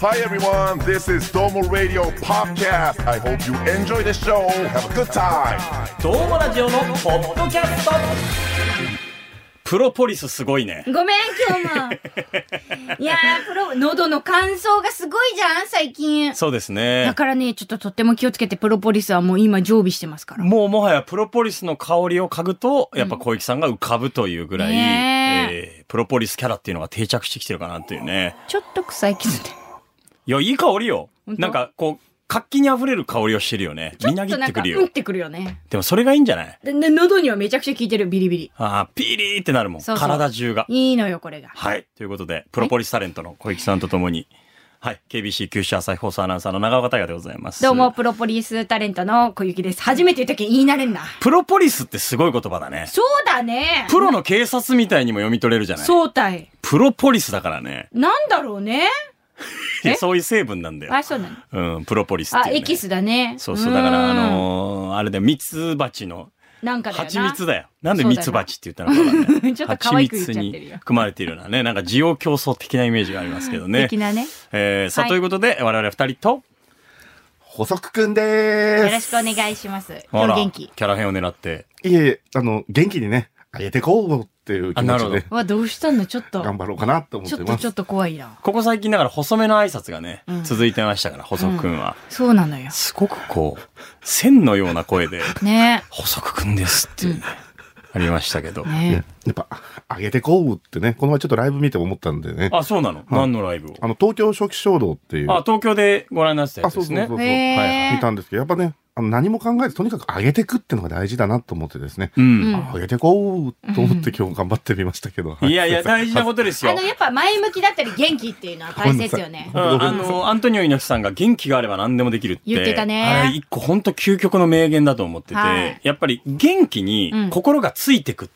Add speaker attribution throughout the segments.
Speaker 1: Hi everyone, this is Domo Radio Podcast. I hope you enjoy the show. Have a good time.
Speaker 2: どうもラジオのポッドキャストプロポリスすごいね
Speaker 3: ごめん、今 日も。いやー、プロ、喉の乾燥がすごいじゃん、最近。
Speaker 2: そうです
Speaker 3: だ
Speaker 2: ね
Speaker 3: からね、ちょっととっても気をつけて、プロポリスはもう今常備してますから。
Speaker 2: もうもはやプロポリスの香りを嗅ぐとやっぱ小池さんが浮かぶというぐらい、
Speaker 3: ね
Speaker 2: えープロポリスキャラっていうのが定着してきてるかなっていうね
Speaker 3: ちょっと臭いけどね。
Speaker 2: いやいい香りよ
Speaker 3: 本当
Speaker 2: なんかこう活気にあふれる香りをしてるよねみなぎ
Speaker 3: ち
Speaker 2: っ
Speaker 3: ょっとなん
Speaker 2: て
Speaker 3: か、
Speaker 2: くるよ
Speaker 3: うんってくるよね。
Speaker 2: でもそれがいいんじゃない
Speaker 3: で、で喉にはめちゃくちゃ効いてる、ビリビリ。
Speaker 2: あーピリーってなるもん
Speaker 3: そうそう
Speaker 2: 体中が
Speaker 3: いいのよ、これが。
Speaker 2: はい。ということで、プロポリスタレントの小池さんとともに、はい。KBC 九州朝日放送アナウンサーの長岡大河でございます。
Speaker 3: どうも、。プロポリスタレントの小雪です。初めて言ったけん言い慣れんな。
Speaker 2: プロポリスってすごい言葉だね。
Speaker 3: そうだね。
Speaker 2: プロの警察みたいにも読み取れるじゃない
Speaker 3: 相対。
Speaker 2: プロポリスだからね。
Speaker 3: なんだろうね。
Speaker 2: いや
Speaker 3: え
Speaker 2: そういう成分なんだよ。
Speaker 3: あ、そうなの。
Speaker 2: うん、プロポリスって
Speaker 3: あ、
Speaker 2: いう、ね。
Speaker 3: エキスだね。
Speaker 2: そうそう。だから、あ
Speaker 3: うん、
Speaker 2: のーあれだよ、蜜蜂の、
Speaker 3: なんかだよな。
Speaker 2: 蜂蜜だよ。なんで蜜蜂って言ったのかわかんない。
Speaker 3: ちょっと可愛く言っちゃっ
Speaker 2: 蜂
Speaker 3: てるよ
Speaker 2: 蜜に含まれているようなね、なんか需要競争的なイメージがありますけどね
Speaker 3: 的。なね。
Speaker 2: えー、さあ、
Speaker 3: はい
Speaker 2: ということで、我々二人と、
Speaker 4: 補足くんでーす。
Speaker 3: よろしくお願いします。
Speaker 2: あ
Speaker 3: 今日
Speaker 2: ら
Speaker 3: 元気。
Speaker 2: キャラ編を狙って、
Speaker 4: いえいえ、あの、元気にね、あげてこうっていう気
Speaker 2: あなる
Speaker 4: 持ち
Speaker 2: ほ
Speaker 4: で
Speaker 2: ど
Speaker 3: わ、どうしたんだちょっと。
Speaker 4: 頑張ろうかなと思っ
Speaker 3: ちょ
Speaker 4: て
Speaker 3: っと
Speaker 4: ま
Speaker 3: ちょ
Speaker 4: す
Speaker 3: っ。と怖いな。
Speaker 2: ここ最近だから細めの挨拶がね、
Speaker 3: うん
Speaker 2: 続いてましたから、細くんは。
Speaker 3: そうなのよ。
Speaker 2: すごくこう、線のような声で、
Speaker 3: ね
Speaker 2: 細くんですっていうね、ありましたけど。
Speaker 3: え。
Speaker 4: ね
Speaker 3: ね
Speaker 4: やっぱ、あげてこうってね、この前ちょっとライブ見て思ったんでね。あ
Speaker 2: あ、そうなの、何のライブを
Speaker 4: の、東京初期衝動っていう。
Speaker 2: あ、東京でご覧になってたや
Speaker 4: あ
Speaker 2: つですね。
Speaker 3: え。
Speaker 2: はい
Speaker 3: へ
Speaker 4: 見たんですけど、やっぱね、あの何も考えず、とにかくあげてくってのが大事だなと思ってですね。
Speaker 2: う。
Speaker 3: うんん
Speaker 4: あげてこうと思って今日頑張ってみましたけど。はい
Speaker 2: やいや、大事なことです
Speaker 3: あ
Speaker 2: よ
Speaker 3: の、。やっぱ前向きだったり元気っていうのは大切よね
Speaker 2: う。んあの、アントニオ猪木さんが元気があれば何でもできるって。
Speaker 3: 言ってたね
Speaker 2: あれ、一個本当究極の名言だと思ってて、
Speaker 3: はい
Speaker 2: やっぱり元気
Speaker 3: う
Speaker 2: に
Speaker 3: ん
Speaker 2: 心がついてくっ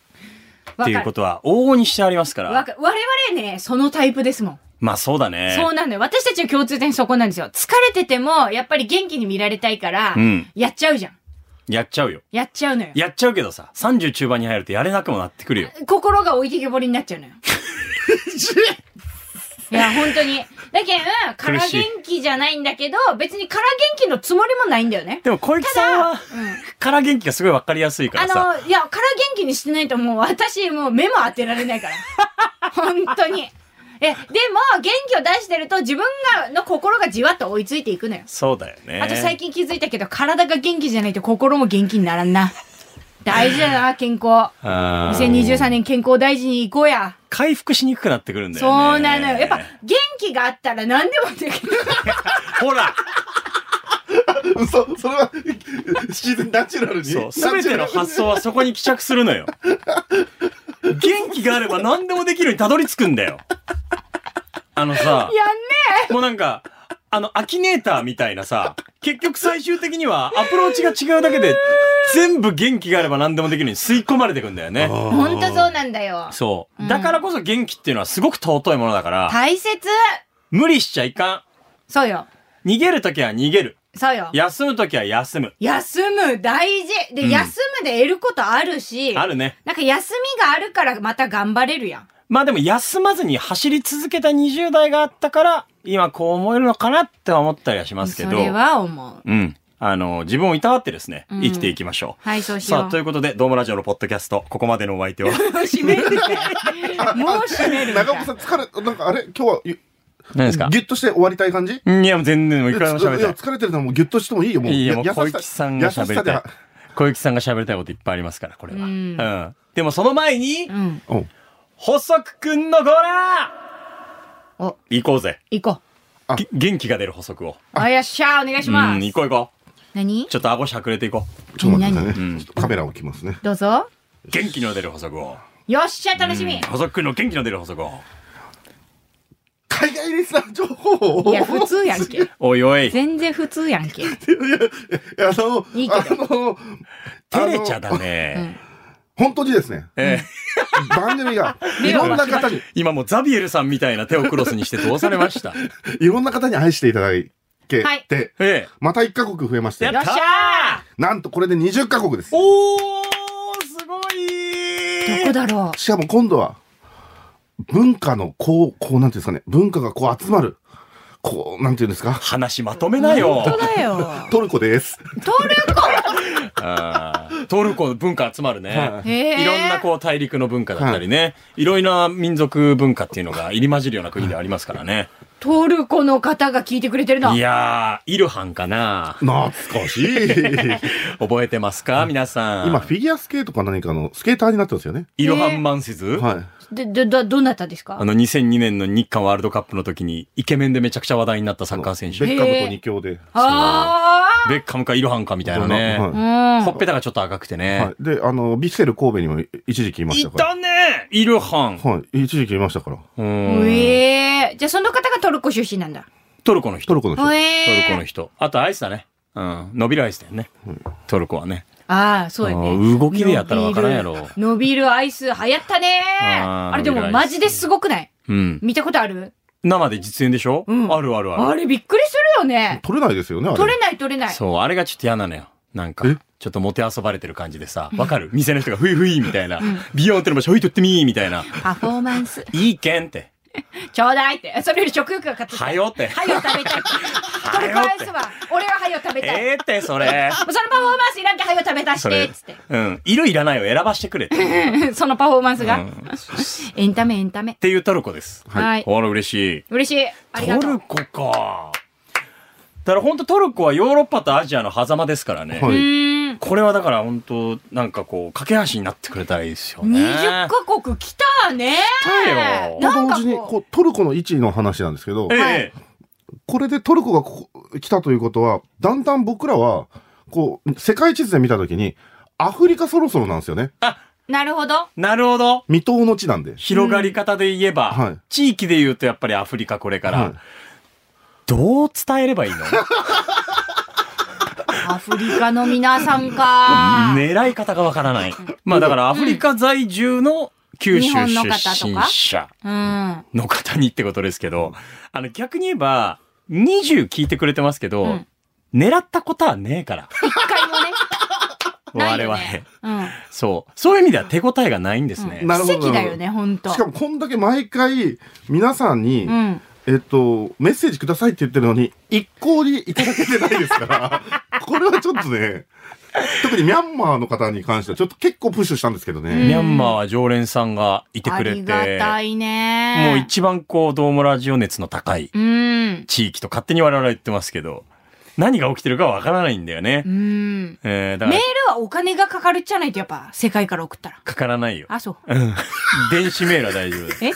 Speaker 3: わ
Speaker 2: てい
Speaker 3: か
Speaker 2: うこ
Speaker 3: る。
Speaker 2: とは往々にしてありますから。
Speaker 3: わかる。我々ね、そのタイプですもん。
Speaker 2: まあそうだね。
Speaker 3: そうなのよ。私たちの共通点そこなんですよ。疲れてても、やっぱり元気に見られたいから
Speaker 2: うん、
Speaker 3: やっちゃうじゃん。
Speaker 2: やっちゃうよ。
Speaker 3: やっちゃうのよ。
Speaker 2: やっちゃうけどさ、30中盤に入るとやれなくもなってくるよ。
Speaker 3: 心が置いてけぼりになっちゃうのよ。 いや、本当に。だけん、から
Speaker 2: 苦しい
Speaker 3: 元気じゃないんだけど、別にから元気のつもりもないんだよね。
Speaker 2: でも小池さんは、 から元気がすごいわかりやすいか
Speaker 3: あ
Speaker 2: らさ。
Speaker 3: の、いや、から元気にしてないともう私、もう目も当てられない から。本当に。え、でも、元気を出してると自分が、の心がじわっと追いついていくのよ。
Speaker 2: そうだよね。
Speaker 3: あと最近気づいたけど、体が元気じゃないと心も元気にならんな。大事だな、健康。
Speaker 2: あー
Speaker 3: 2023年健康大事に行こうや。
Speaker 2: 回復しにくくなってくるんだよね。
Speaker 3: そうなのよ。やっぱ、元気があったら何でもできる。
Speaker 2: ほら
Speaker 4: 嘘それは、自然ナチュラルに。
Speaker 2: そう、 すべての発想はそこに帰着するの よ。元気があれば何でもできるにたどり着くんだよ。あのさ、
Speaker 3: やんね
Speaker 2: もうなんか、あの、アキネーターみたいなさ、結局最終的にはアプローチが違うだけで、全部元気があれば何でもできるに吸い込まれていくんだよね。
Speaker 3: えほんとそうなんだよ。
Speaker 2: そう。だからこそ元気っていうのはすごく尊いものだから、
Speaker 3: 大切
Speaker 2: 無理しちゃいか
Speaker 3: そうよ。
Speaker 2: ん。逃げるときは逃げる。
Speaker 3: そうよ。
Speaker 2: 休むときは休む。
Speaker 3: 休む大事で、
Speaker 2: うん
Speaker 3: 休むで得ることあるし、
Speaker 2: あるね。
Speaker 3: なんか休みがあるからまた頑張れるやん。
Speaker 2: まあでも休まずに走り続けた20代があったから、今こう思えるのかなって思ったりはしますけ
Speaker 3: そ
Speaker 2: ど。
Speaker 3: れは思う。
Speaker 2: うん。あの、自分をいたわってですね、
Speaker 3: うん
Speaker 2: 生きていきましょう。
Speaker 3: はい、そうしよう。
Speaker 2: さあ、ということで、ドームラジオのポッドキャスト、ここまでのお相手 は。
Speaker 3: 閉めるんかいもう閉めるんかい
Speaker 4: 長岡さん疲れ、なんかあれ今日はゆ、
Speaker 2: 何で
Speaker 4: ギュッとして終わりたい感じ
Speaker 2: いや、もう全然、もういくらでも喋り
Speaker 4: い
Speaker 2: たい。
Speaker 4: や疲れてるのはもうギュッとしてもいいよ。もう、
Speaker 2: いや、もう
Speaker 4: 優しさ
Speaker 2: 小雪さんが喋りたい
Speaker 4: 優しさ。
Speaker 2: 小雪さんが喋りたいこといっぱいありますから、これは。う
Speaker 3: うんん。
Speaker 2: でもその前に、
Speaker 3: うん。
Speaker 4: でうん
Speaker 2: 細くくんのコーナー
Speaker 3: お
Speaker 2: 行こうぜ。
Speaker 3: 行こ
Speaker 4: あ
Speaker 2: げ元気が出る補足を。
Speaker 3: う。あ、よっしゃ、お願いし
Speaker 2: うん、
Speaker 3: ます。
Speaker 2: 行こう行こ
Speaker 3: 何
Speaker 2: う。ちょっと顎しゃくれていこう。
Speaker 4: ちょっと待ってください
Speaker 2: 何
Speaker 4: ね。ちょっとカメラを置きますね。
Speaker 3: どうぞ。
Speaker 2: 元気の出る補足を。
Speaker 3: よっしゃ、楽しみ。
Speaker 2: 補足くんの元気の出る補足を。
Speaker 4: 海外リスナー情報を。
Speaker 3: いや、普通やんけ。
Speaker 2: おいおい。
Speaker 3: 全然普通や んけ。
Speaker 4: いやあの、
Speaker 3: いいけど
Speaker 4: あの、
Speaker 2: 照れちゃだ
Speaker 3: う
Speaker 2: ね
Speaker 3: ん。、
Speaker 4: 本当にですね、
Speaker 2: ええ
Speaker 4: 番 組が
Speaker 3: 目
Speaker 4: い
Speaker 3: を
Speaker 4: ろんな方に、
Speaker 2: 今もうザビエルさんみたいな手をクロスにしてどうされま した
Speaker 4: いろんな方に愛していただいて、
Speaker 3: はい
Speaker 4: で
Speaker 2: え
Speaker 4: また1カ国増えまし
Speaker 2: え。
Speaker 4: て、
Speaker 3: よっしゃ
Speaker 4: なんとこれで20カ国です。
Speaker 2: おーすごい
Speaker 3: どこだろ
Speaker 4: しかも今度は、文化のこう、こうなんていうんですかね、文化がこう集まる、こう、なんていうんですか。
Speaker 2: 話まとめなよ。
Speaker 3: 本当だよ。
Speaker 4: トルコです。
Speaker 3: トルコ
Speaker 2: うんトルコの文化集まるね。
Speaker 3: へー
Speaker 2: いろんなこう大陸の文化だったりね、いろいろな民族文化っていうのが入り混じるような国ではありますからね。。
Speaker 3: トルコの方が聞いてくれてるない
Speaker 2: やー、イルハンかな
Speaker 4: 懐かしい。
Speaker 2: 覚えてますか皆さん。
Speaker 4: 今、フィギュアスケートか何かのスケーターになってますよね。
Speaker 2: イルハンマンシズ、
Speaker 4: はい。
Speaker 3: で、ど、ど、どなたですか
Speaker 2: あの2002年の日韓ワールドカップの時にイケメンでめちゃくちゃ話題になったサッ
Speaker 4: サ
Speaker 2: カー選手。
Speaker 4: ベ
Speaker 2: ベ
Speaker 4: ッカムと二強で。
Speaker 3: あ
Speaker 2: ッカムかイルハンかみたいな
Speaker 4: は
Speaker 2: ね
Speaker 4: い。
Speaker 3: あ。
Speaker 2: ほ
Speaker 3: う。
Speaker 2: っぺたがちょっと赤くてね。
Speaker 4: はい。で、あの、ビッセル神戸にも一時期いまし
Speaker 2: い、
Speaker 4: たから。
Speaker 2: たねイルハン。
Speaker 4: はい。一時期いましたから。
Speaker 2: うん
Speaker 3: うんえー。じゃあその方がトルコ出身なんだ。
Speaker 2: トルコの人。
Speaker 4: トルコの人。
Speaker 3: う
Speaker 2: トルコ
Speaker 3: え
Speaker 2: の
Speaker 3: ー。
Speaker 2: 人。あとアイスだね。うん。伸びるアイスだよね。トルコはね。
Speaker 3: ああ、そうや
Speaker 2: あ
Speaker 3: ね。
Speaker 2: ー動きでやったらわからんやろ
Speaker 3: 伸びる伸びるアイス流行ったねー
Speaker 2: あー
Speaker 3: あれで
Speaker 2: 伸びるア
Speaker 3: も
Speaker 2: イス
Speaker 3: マジですごくない
Speaker 2: うん。
Speaker 3: 見たことある
Speaker 2: 生で実演でしょ、
Speaker 3: うん
Speaker 2: あるあるあ
Speaker 3: あれびっくりするよね。
Speaker 4: 取れないですよね、あれ。
Speaker 3: 取れない取れな
Speaker 2: る。
Speaker 3: い。
Speaker 2: そう、あれがちょっと嫌なのよ。なんか
Speaker 4: え、
Speaker 2: ちょっともてあそばれてる感じでさ、わかる店の人がふいふいみたいな。ビヨーンってのばしょいとってみーみたいな。
Speaker 3: パフォーマンス。
Speaker 2: いいけんって。
Speaker 3: ちょうだいって。それより食欲が勝つ。
Speaker 2: はよって。
Speaker 3: はよ食 べたい。トルコアイスは、俺ははよ食べたい。
Speaker 2: ええって、それ。
Speaker 3: そのパフォーマンスいらんけ、はよ食べたし
Speaker 2: そ
Speaker 3: て、
Speaker 2: れ
Speaker 3: つっ。
Speaker 2: うん。色いらないを選ばしてくれって。う
Speaker 3: て。 そのパフォーマンスが。
Speaker 2: んっ
Speaker 3: エンタメ、エンタメ。
Speaker 2: ていうトルコです。
Speaker 3: はいはい
Speaker 2: ほら、嬉しい。
Speaker 3: 嬉しい。ありが
Speaker 2: ト
Speaker 3: と
Speaker 2: ル
Speaker 3: う。
Speaker 2: コか。だから本当トルコはヨーロッパとアジアの狭間ですからね。
Speaker 4: は
Speaker 3: う
Speaker 4: い。
Speaker 3: ーん。
Speaker 2: これはだから本当なんかこう、架け橋になってくれたらいいですよね。
Speaker 3: 20カ国来たね。
Speaker 2: たよ
Speaker 3: なん
Speaker 4: 同
Speaker 3: か
Speaker 4: 時に、
Speaker 3: こ
Speaker 4: こう、トルコの位置の話なんですけど
Speaker 2: え、え
Speaker 3: はい
Speaker 4: これでトルコがここ来たということは、だんだん僕らは、こう、世界地図で見たときに、アフリカそろそろなんですよね。
Speaker 3: う、なるほど。
Speaker 2: なるほど。
Speaker 4: 未踏の地なんで。
Speaker 2: 広がり方で言えば、
Speaker 4: うんはい
Speaker 2: 地域で言うとやっぱりアフリカこれから、
Speaker 4: はい
Speaker 2: どう伝えればいいの
Speaker 3: アフリカの皆さん か。
Speaker 2: 狙い方がわからない。まあだからアフリカ在住の九州
Speaker 3: 日
Speaker 2: 出
Speaker 3: 本の方と
Speaker 2: 身
Speaker 3: か
Speaker 2: 者
Speaker 3: うん。
Speaker 2: の方にってことですけど、あの逆に言えば、20聞いてくれてますけど、
Speaker 3: うん
Speaker 2: 狙ったことはねえから、
Speaker 3: 一回もね。 ない
Speaker 2: 我
Speaker 3: よ
Speaker 2: 々。
Speaker 3: ねうん。
Speaker 2: そう。そういう意味では手応えがないんですね。
Speaker 4: なるほ
Speaker 3: 奇
Speaker 4: ど
Speaker 3: 跡だよね、ほんと。
Speaker 4: しかもこんだけ毎回皆さんに、
Speaker 3: うん。
Speaker 4: えっと、メッセージくださいって言ってるのに、一向にいただけてないですから、 これはちょっとね、特にミャンマーの方に関しては、ちょっと結構プッシュしたんですけど
Speaker 3: うん
Speaker 4: ね。
Speaker 2: ミャンマーは常連さんがいて
Speaker 3: あ
Speaker 2: くれ
Speaker 3: りが
Speaker 2: て、
Speaker 3: たいね。
Speaker 2: もう一番こう、どうもラジオ熱の高い
Speaker 3: うん。
Speaker 2: 地域と勝手に我々は言ってますけど、何が起きてるかわからないんだよね
Speaker 3: う。ん。
Speaker 2: えー、だ
Speaker 3: メ
Speaker 2: か
Speaker 3: ー
Speaker 2: ら、
Speaker 3: ルはお金がかかるっちゃないとやっぱ世界から送ったら。
Speaker 2: かからないよ。
Speaker 3: あ、そ
Speaker 2: う
Speaker 3: う。
Speaker 2: ん。電子メールは大丈夫。
Speaker 3: え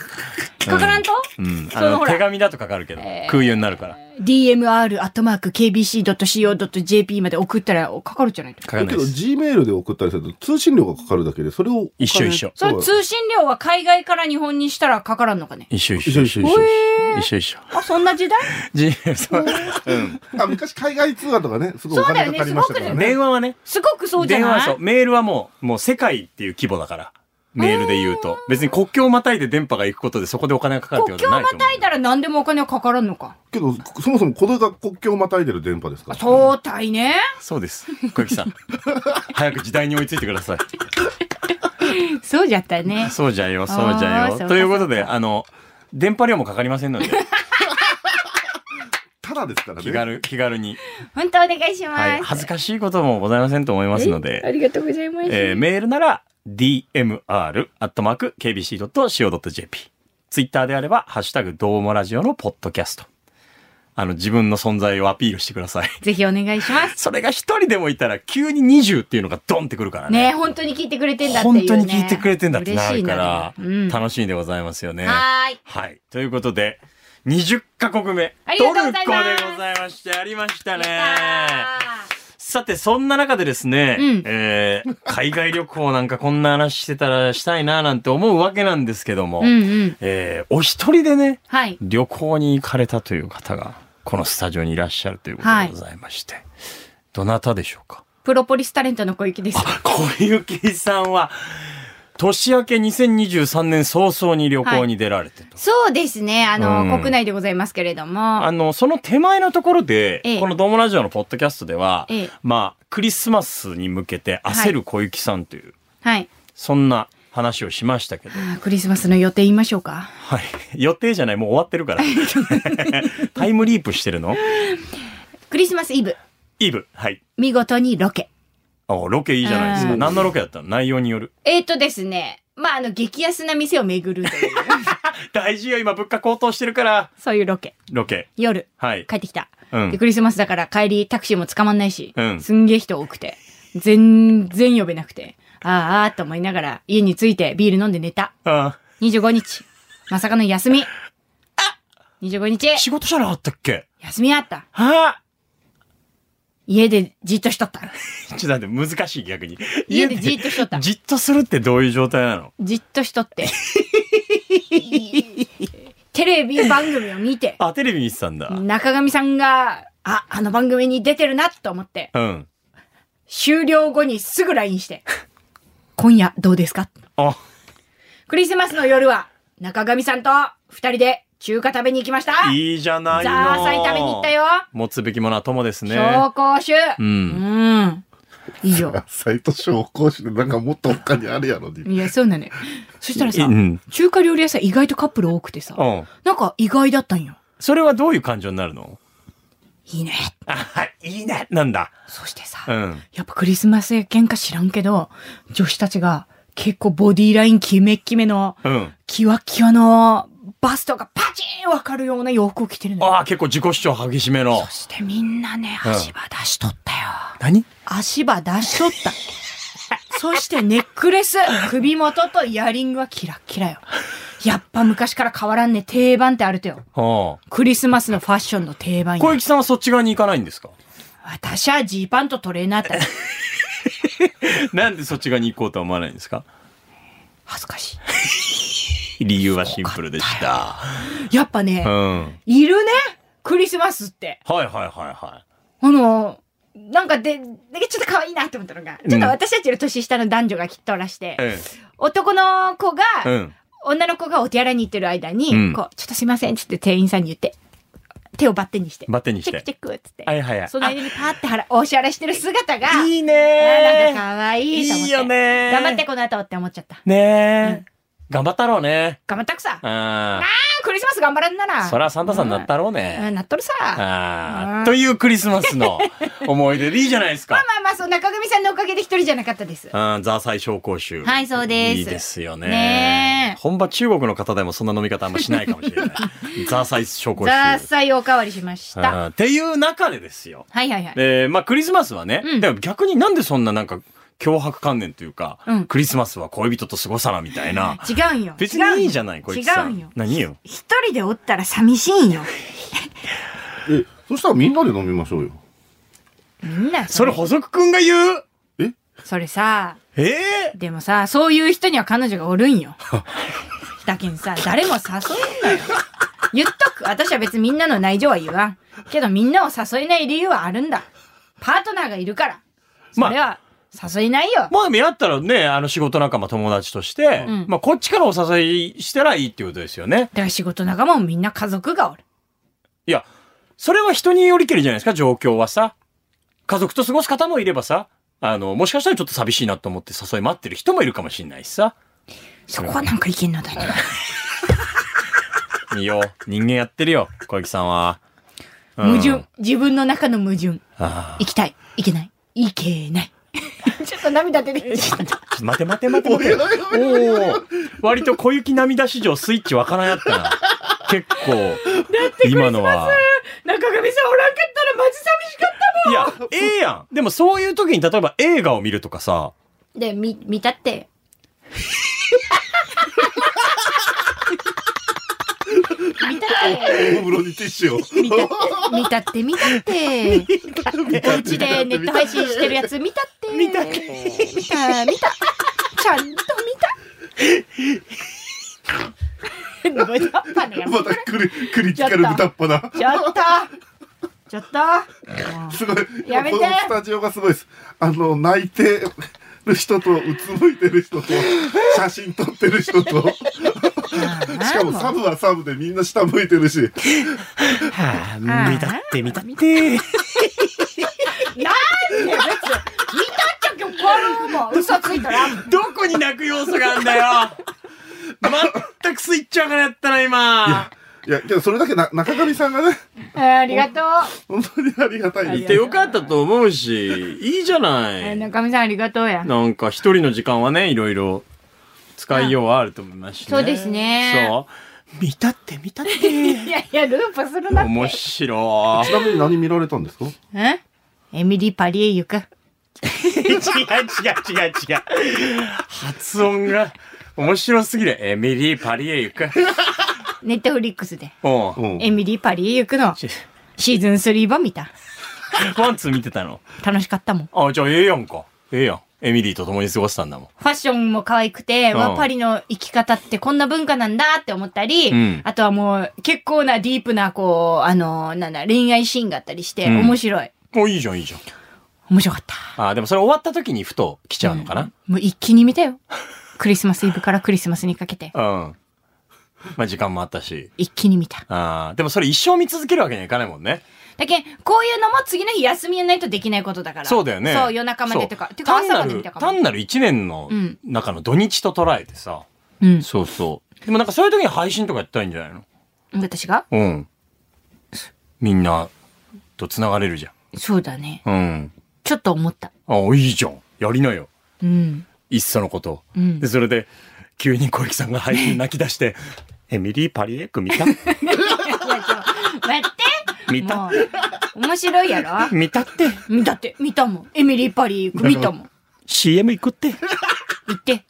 Speaker 3: かからんと、
Speaker 2: うん。
Speaker 3: そ
Speaker 2: あ
Speaker 3: の
Speaker 2: の、
Speaker 3: ほら
Speaker 2: 手紙だとかかるけど、
Speaker 3: えー
Speaker 2: 空輸になるから。
Speaker 3: ?dmr.kbc.co.jp まで送ったらかかるっちゃないと。
Speaker 2: かか
Speaker 4: だ
Speaker 2: んな
Speaker 4: け
Speaker 2: い
Speaker 4: ど、
Speaker 2: です。
Speaker 4: G メールで送ったりすると通信料がかかるだけで、それを。
Speaker 2: 一緒一緒
Speaker 3: それ通信料は海外から日本にしたらかからんのかね
Speaker 2: 一緒一
Speaker 4: 一
Speaker 2: 緒一
Speaker 4: 緒一
Speaker 2: 緒
Speaker 4: 緒
Speaker 2: 一緒
Speaker 4: 一緒。
Speaker 2: 一緒一緒。
Speaker 3: あ、そんな時代
Speaker 2: G そううん。
Speaker 4: あ昔海外通話とかね、すごいお金かかりましたから
Speaker 3: そうだよねすごく
Speaker 4: ね。
Speaker 2: 電話はね、
Speaker 3: すごくそうじゃ
Speaker 2: 電話
Speaker 3: な
Speaker 2: はいそう。メールはもう、もう世界っていう規模だから。メールで言うと。別に国境をまたいで電波が行くことでそこでお金がかかるってこ
Speaker 3: 国
Speaker 2: と
Speaker 3: 境
Speaker 2: はない
Speaker 3: ま
Speaker 2: と思う。
Speaker 3: たいだら何でもお金はかからんのか。
Speaker 4: けど、そもそもこれが国境をまたいでる電波ですから。
Speaker 3: そうたいね。
Speaker 2: そうです。小雪さ ん。早く時代に追いついてください。
Speaker 3: そうじゃったね。
Speaker 2: そうじゃよ、そうじゃ
Speaker 3: あーそう
Speaker 2: よ。
Speaker 3: か
Speaker 2: ということで、あの、電波量もかかりませんの で、
Speaker 4: ただですから
Speaker 2: 気
Speaker 4: ね。
Speaker 2: 軽、気軽に。
Speaker 3: 本当お願いします。
Speaker 2: はい。恥ずかしいこともございませんと思いますの
Speaker 3: あ
Speaker 2: で、
Speaker 3: りがとうございます。
Speaker 2: え ーメールなら、dmr.kbc.co.jp。ツイッターであれば、ハッシュタグ、どうもラジオのポッドキャスト。あの、自分の存在をアピールしてください。
Speaker 3: ぜひお願いします。
Speaker 2: それが一人でもいたら、急に20っていうのがドンってくるから
Speaker 3: ね
Speaker 2: ね。
Speaker 3: 本当に聞いてくれてんだっていう、
Speaker 2: 本
Speaker 3: ね。
Speaker 2: 当に聞いてくれてんだってなるから、
Speaker 3: 嬉しいなうん、
Speaker 2: 楽しいでございますよね。
Speaker 3: はーい。
Speaker 2: はい。ということで、20カ国目
Speaker 3: あ、り
Speaker 2: ト
Speaker 3: が
Speaker 2: ル
Speaker 3: とう
Speaker 2: コ
Speaker 3: ご
Speaker 2: で
Speaker 3: ざいます
Speaker 2: ございまして、やりました
Speaker 3: やっ
Speaker 2: ね
Speaker 3: た。
Speaker 2: さて、そんな中でですね、
Speaker 3: うん
Speaker 2: えー海外旅行なんかこんな話してたらしたいななんて思うわけなんですけども、
Speaker 3: ーうんうん。
Speaker 2: えーお一人でね、
Speaker 3: はい。
Speaker 2: 旅行に行かれたという方が、このスタジオにいらっしゃるということでございまして、どなたでしょうか
Speaker 3: プロポリスタレントの小雪です。
Speaker 2: 小雪さんは、年明け2023年早々に旅行に出られてと。
Speaker 3: そうですね。あの、
Speaker 2: うん
Speaker 3: 国内でございますけれども。
Speaker 2: あの、その手前のところで、
Speaker 3: ええ
Speaker 2: このドームラジオのポッドキャストでは、
Speaker 3: ええ
Speaker 2: まあ、クリスマスに向けて焦る小雪さんという、
Speaker 3: はい。
Speaker 2: そんな話をしましたけど。
Speaker 3: あクリスマスの予定言いましょうか。
Speaker 2: はい。予定じゃない、もう終わって るから。タイムリープしてるの
Speaker 3: クリスマスイブ、
Speaker 2: イブ。はい。
Speaker 3: 見事にロケ。
Speaker 2: あロケいいじゃないです
Speaker 3: う
Speaker 2: か。
Speaker 3: ん
Speaker 2: 何のロケだったの内容による。
Speaker 3: えっ、ー、とですね、まあ、あの、激安な店を巡るという、
Speaker 2: 大事よ、今物価高騰してるから。
Speaker 3: そういうロケ。
Speaker 2: ロケ。
Speaker 3: 夜、
Speaker 2: はい。
Speaker 3: 帰ってきた。
Speaker 2: うん
Speaker 3: で、クリスマスだから帰りタクシーも捕まんないし、
Speaker 2: うん
Speaker 3: すんげえ人多くて、全然呼べなくて、あーあーと思いながら家に着いてビール飲んで寝た。
Speaker 2: あ
Speaker 3: 25日、まさかの 休み。あ !25 日、
Speaker 2: 仕事じゃなかったっけ
Speaker 3: 休みあった。
Speaker 2: は
Speaker 3: 家でじっとしとった。
Speaker 2: あちょっと待って、難しい逆に。
Speaker 3: 家でじっとしとった
Speaker 2: じっとするってどういう状態なの
Speaker 3: じっとしとって。テレビ番組を見て、
Speaker 2: あ、テレビ見てたんだ。
Speaker 3: 中上さんが、あ、あの番組に出てるなと思って、
Speaker 2: うん。
Speaker 3: 終了後にすぐ LINE して、今夜どうですか
Speaker 2: あ、
Speaker 3: クリスマスの夜は、中上さんと二人で中華食べに行きました。
Speaker 2: いいじゃない
Speaker 3: ザ
Speaker 2: の。
Speaker 3: ーサイ食べに行ったよ。
Speaker 2: 持つべきものは友ですね。
Speaker 3: 紹興酒。
Speaker 2: うん
Speaker 3: うん。いいよ。
Speaker 4: サイト紹興酒でなんかもっと他にあるやろに。
Speaker 3: いや、そうなのよ。そしたらさ、
Speaker 2: うん
Speaker 3: 中華料理屋さん意外とカップル多くてさ、
Speaker 2: うん。
Speaker 3: なんか意外だったんよ。
Speaker 2: それはどういう感情になるの
Speaker 3: いいね。
Speaker 2: あ、はいいいね。なんだ。
Speaker 3: そしてさ、
Speaker 2: うん。
Speaker 3: やっぱクリスマス喧嘩知らんけど、女子たちが結構ボディラインキメッキメの、
Speaker 2: うん。
Speaker 3: キワキワのバストがパチンわかるような洋服を着てるのよ。
Speaker 2: ああ、結構自己主張激しめの
Speaker 3: そ。してみんなね、
Speaker 2: うん
Speaker 3: 足場出しとったよ。
Speaker 2: 何
Speaker 3: 足場出しとった。 そしてネックレス、首元とイヤリングはキラッキラよ。やっぱ昔から変わらんね、定番ってあるとよ。
Speaker 2: はあ。
Speaker 3: クリスマスのファッションの定番よ
Speaker 2: 小。雪さんはそっち側に行かないんですか
Speaker 3: 私はジーパンとトレーナーだった。
Speaker 2: なんでそっち側に行こうとは思わないんですか
Speaker 3: 恥ずかし
Speaker 2: 理由はシンプルでした。
Speaker 3: い。やっぱ
Speaker 2: うん。
Speaker 3: ね、
Speaker 2: はい
Speaker 3: いるね、クリスマスって。
Speaker 2: はいはいはい。
Speaker 3: あの、なんかで、でちょっと可愛いなって思ったのが、ちょっと私たちより年下の男女がきっとらして、
Speaker 2: え
Speaker 3: 男の子が、
Speaker 2: え。うん。
Speaker 3: 女の子がお手洗いに行ってる間に、
Speaker 2: うん
Speaker 3: こう、ちょっとすいませんっつって店員さんに言って、手をバッテンにして。
Speaker 2: バッテンにして
Speaker 3: チェックチェックっつって。
Speaker 2: はいはいはい
Speaker 3: その間にパーって腹、お支払いしてる姿が、
Speaker 2: いい
Speaker 3: あーなん
Speaker 2: ね
Speaker 3: か
Speaker 2: ー。
Speaker 3: 可愛いと思って。
Speaker 2: いいよねー
Speaker 3: 頑張ってこの後って思っちゃった。
Speaker 2: ねえ。頑張ったろうね。
Speaker 3: 頑張ったくさ。
Speaker 2: う
Speaker 3: あ
Speaker 2: ん。
Speaker 3: ークリスマス頑張らんなら。
Speaker 2: そらサンタさんになったろう
Speaker 3: う
Speaker 2: ね
Speaker 3: ん。。うんなっとるさ。まあ
Speaker 2: あ
Speaker 3: う
Speaker 2: あ。
Speaker 3: ん
Speaker 2: というクリスマスの思い出でいいじゃないですか。
Speaker 3: まあまあ、そう、中上さんのおかげで一人じゃなかったで
Speaker 2: う
Speaker 3: す。
Speaker 2: ん、ザーサイ紹興酒。
Speaker 3: はいそうです
Speaker 2: いいですよね。
Speaker 3: ねえ
Speaker 2: 本場中国の方でもそんな飲み方あんましないかもしれ ない。ザーサイ紹興酒。
Speaker 3: ザーサイおかわりしました。
Speaker 2: うんっていう中でですよ。
Speaker 3: はいはいはい。
Speaker 2: で、まあクリスマスはね、
Speaker 3: うん
Speaker 2: だから逆になんでそんななんか脅迫観念というか、
Speaker 3: うん
Speaker 2: クリスマスは恋人と過ごさなみたいな。
Speaker 3: 違うんよ。
Speaker 2: 別にいいじゃ
Speaker 3: ん。
Speaker 2: ない、こいつさん。
Speaker 3: 違うんよ
Speaker 2: 何よ。
Speaker 3: 一人でおったら寂しいんよ。
Speaker 4: え、そしたらみんなで飲みましょうよ。
Speaker 3: みんな
Speaker 2: それ補足くんが言う
Speaker 3: それさ、
Speaker 2: ええ
Speaker 3: でもさ、そういう人には彼女がおる んよ。だけんさ、誰も誘えんのよ。言っとく。私は別にみんなの内情は言わん。けどみんなを誘えない理由はあるんだ。パートナーがいるから。
Speaker 2: まあ
Speaker 3: それは誘えないよ。
Speaker 2: まあ、見合ったらね、あの仕事仲間友達として、
Speaker 3: うん
Speaker 2: まあ、こっちからお誘いしたらいいっていうことですよね。
Speaker 3: だから仕事仲間もみんな家族がおる。
Speaker 2: いや、それは人によりけりじゃないですか、状況はさ。家族と過ごす方もいればさ、あの、もしかしたらちょっと寂しいなと思って誘い待ってる人もいるかもしれないしさ。
Speaker 3: そこはなんか意見なんだね。
Speaker 2: いいよ、人間やってるよ、小雪さんは。うん
Speaker 3: 矛盾。自分の中の矛盾。
Speaker 2: ああ
Speaker 3: 行きたい。行けない。行けない。 ちょっと涙出て きちゃった。
Speaker 2: ちょ待て待て待て待て。 おお割と小雪涙史上スイッチわからんやったな。結構、今のは。
Speaker 3: 中上さんおらんかったらマジ寂しかった
Speaker 2: いや、ええやん。でもそういう時に例えば映画を見るとかさ、
Speaker 3: で、み、見たって。見たって。
Speaker 4: お風呂にティッシュを。
Speaker 3: 見たって、見たって、見たって。お家でネット配信してるやつ見たって。
Speaker 2: 見たっ
Speaker 3: 見た、見た。ちゃんと 見た。豚っぱねや
Speaker 4: ま
Speaker 3: ろ。
Speaker 4: たクリ、クリティカル豚っぱな。
Speaker 3: ちょっと。ちょっと。
Speaker 4: すごい。
Speaker 3: やめて
Speaker 4: このスタジオがすごいです。あの、泣いてる人と、うつむいてる人と、写真撮ってる人と、しかもサブはサブでみんな下向いてるし、
Speaker 2: はあ、
Speaker 3: ー
Speaker 2: 見たって見たって。
Speaker 3: なんで別に見たっちゃけ終わろうもん嘘嘘ついとらん。
Speaker 2: どこに泣く要素があんだよ全くスイッチャーからやったな、今
Speaker 4: いや、けどそれだけな中上さんがね、
Speaker 3: えーありがとう。
Speaker 4: 本当にありがたい
Speaker 2: い
Speaker 4: で
Speaker 2: てよかったと思うし、いいじゃな
Speaker 3: えー
Speaker 2: い。
Speaker 3: 中見さんありがと うや。
Speaker 2: なんか一人の時間はね、いろいろ使いようはあると思いますしね。
Speaker 3: そうですね
Speaker 2: そう。見たって見たっ
Speaker 3: い
Speaker 2: て。
Speaker 3: やいや、ループするなって。
Speaker 2: 面白い
Speaker 4: す。ちなみに何見られたんですか
Speaker 3: んエミリー・パリエユか。
Speaker 2: 違う違う違う違う。発音が面白すぎる。エミリー・パリへ行 く。
Speaker 3: ネットフリックスで。
Speaker 2: おう
Speaker 4: う。ん。
Speaker 3: エミリー・パリエユくの
Speaker 2: ち
Speaker 3: シーズン3版見た。
Speaker 2: ワンツー見てたの。
Speaker 3: 楽しかったもん。
Speaker 2: あ、じゃあええやんか。ええやん。エミリーと共に過ごしたんだもん。
Speaker 3: ファッションも可愛くて、
Speaker 2: うん
Speaker 3: わパリの生き方ってこんな文化なんだって思ったり、
Speaker 2: うん
Speaker 3: あとはもう結構なディープな、こう、あの、なんだ、恋愛シーンがあったりして、
Speaker 2: うん
Speaker 3: 面白い。
Speaker 2: もういいじゃん、いいじゃん。
Speaker 3: 面白かった。
Speaker 2: あ、でもそれ終わった時にふと来ちゃうのかな。
Speaker 3: もう一気に見たよ。クリスマスイブからクリスマスにかけて。
Speaker 2: うん。まあ時間もあったし。
Speaker 3: 一気に見た。
Speaker 2: あーでもそれ一生見続けるわけにはいかないもんね。
Speaker 3: だけんこういうのも次の日休みやないとできないことだから。
Speaker 2: そうだよね。
Speaker 3: そう、夜中までとか。
Speaker 2: そう
Speaker 3: てか
Speaker 2: 単
Speaker 3: 朝
Speaker 2: な
Speaker 3: まで見
Speaker 2: る、
Speaker 3: たかも。
Speaker 2: 単なる一年の
Speaker 3: うん
Speaker 2: 中の土日と捉えてさ。
Speaker 3: うん。
Speaker 2: そうそう。でもなんかそういう時に配信とかやったらいいんじゃないの
Speaker 3: 私が
Speaker 2: うん。みんなと繋がれるじ
Speaker 3: そうだね。
Speaker 2: ゃん。うん。
Speaker 3: ちょっと思った。
Speaker 2: あ、いいじゃん。やりなよ。
Speaker 3: うん。
Speaker 2: いっそのこと。
Speaker 3: うん
Speaker 2: で、それで、急に小池さんが配信泣き出して、エミリー・パリエック見た
Speaker 3: いや、ちょ待って。
Speaker 2: 見た
Speaker 3: もう面白いやろ
Speaker 2: 見たって。
Speaker 3: 見たって、見たもん。エミリー・パリ行く見たもん。
Speaker 2: CM 行くって。
Speaker 3: 行って。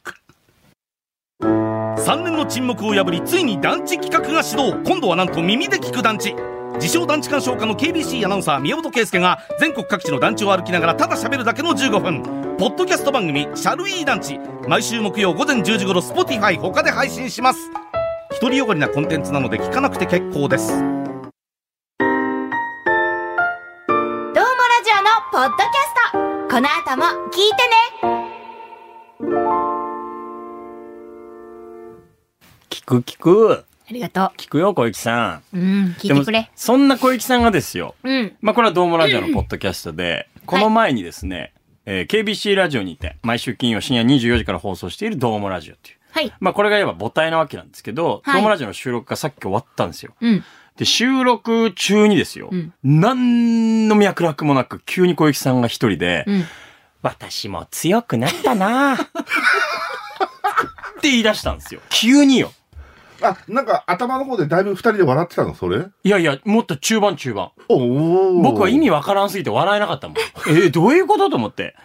Speaker 5: 3年の沈黙を破りついに団地企画が始動今度はなんと耳で聞く団地自称団地鑑賞家の KBC アナウンサー宮本圭介が全国各地の団地を歩きながらただ喋るだけの15分ポッドキャスト番組「シャルイー団地」毎週木曜午前10時頃 Spotify 他で配信します独りよがりなコンテンツなので聞かなくて結構です
Speaker 6: どうもラジオのポッドキャストこの後も聞いてね
Speaker 2: 聞く聞く。
Speaker 3: ありがと
Speaker 2: 聞くよ、小池さん。
Speaker 3: う。うん。聞いてく
Speaker 2: で
Speaker 3: れ
Speaker 2: も。そんな小池さんがですよ。
Speaker 3: うん。
Speaker 2: まあ、これはどうもラジオのポッドキャストで、この前にですね、えー KBC ラジオにて、毎週金曜深夜24時から放送しているどうもラジオっていう。
Speaker 3: はい。
Speaker 2: まあ、これがいわば母体なわけなんですけど、
Speaker 3: はい
Speaker 2: ドームラジオの収録がさっき終わったんですよ。
Speaker 3: うん。
Speaker 2: で、収録中にですよ、
Speaker 3: うん
Speaker 2: 何の脈絡もなく、急に小雪さんが一人で、
Speaker 3: うん。
Speaker 2: 私も強くなったなぁって言い出したんですよ。急によ。
Speaker 4: あ、なんか頭の方でだいぶ二人で笑ってたの、それ
Speaker 2: いやいや、もっと中盤中盤。
Speaker 4: おお。
Speaker 2: 僕は意味わからんすぎて笑えなかったもん。 えーどういうことと思って。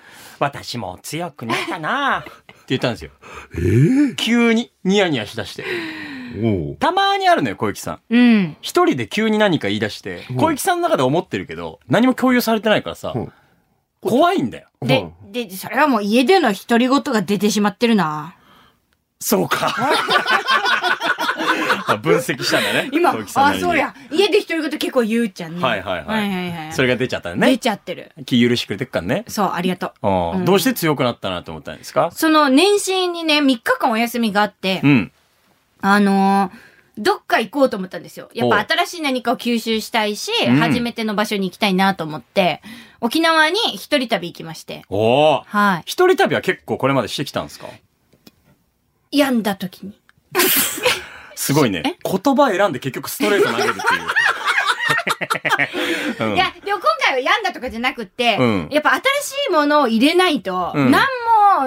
Speaker 2: 私も強くなったなぁって言ったんですよ。
Speaker 4: ええ
Speaker 2: 急にニヤニヤしだして。
Speaker 4: おお。
Speaker 2: たまーにあるのよ、小雪さん。
Speaker 3: うん。
Speaker 2: 一人で急に何か言い出して、
Speaker 4: うん
Speaker 2: 小雪さんの中で思ってるけど、何も共有されてないからさ
Speaker 4: うん、
Speaker 2: 怖いんだよ。
Speaker 4: う
Speaker 3: で
Speaker 4: ん、
Speaker 3: で、それはもう家での独り言が出てしまってるな。
Speaker 2: そう か。あ分析したんだね。
Speaker 3: 今、
Speaker 2: 小雪さんな
Speaker 3: あ、
Speaker 2: りに
Speaker 3: そう。や。家で独り言結構言うちゃんね。
Speaker 2: はいはいはい
Speaker 3: はいはいはい。
Speaker 2: それが出ちゃった
Speaker 3: 出
Speaker 2: ね。
Speaker 3: ちゃってる。
Speaker 2: 気許してくれてっからね。
Speaker 3: そう、ありがとう。
Speaker 2: ああ
Speaker 3: うん
Speaker 2: どうして強くなったなと思ったんですか
Speaker 3: その年始にね、3日間お休みがあって
Speaker 2: う、ん。
Speaker 3: あのーどっか行こうと思ったんですよ。やっ
Speaker 2: お
Speaker 3: ぱ
Speaker 2: う
Speaker 3: 新しい何かを吸収したいし、
Speaker 2: うん
Speaker 3: 初めての場所に行きたいなと思って、沖縄に一人旅行きまして。
Speaker 2: おお。
Speaker 3: は
Speaker 2: 一人旅は結構これまでしてきたんですか
Speaker 3: い。病んだ時に。
Speaker 2: すごいね。言葉選んで結局ストレート投 げるっていううん。
Speaker 3: いや、でも今回は病んだとかじゃなくて、
Speaker 2: うん
Speaker 3: やっぱ新しいものを入れないと、
Speaker 2: うん
Speaker 3: なんも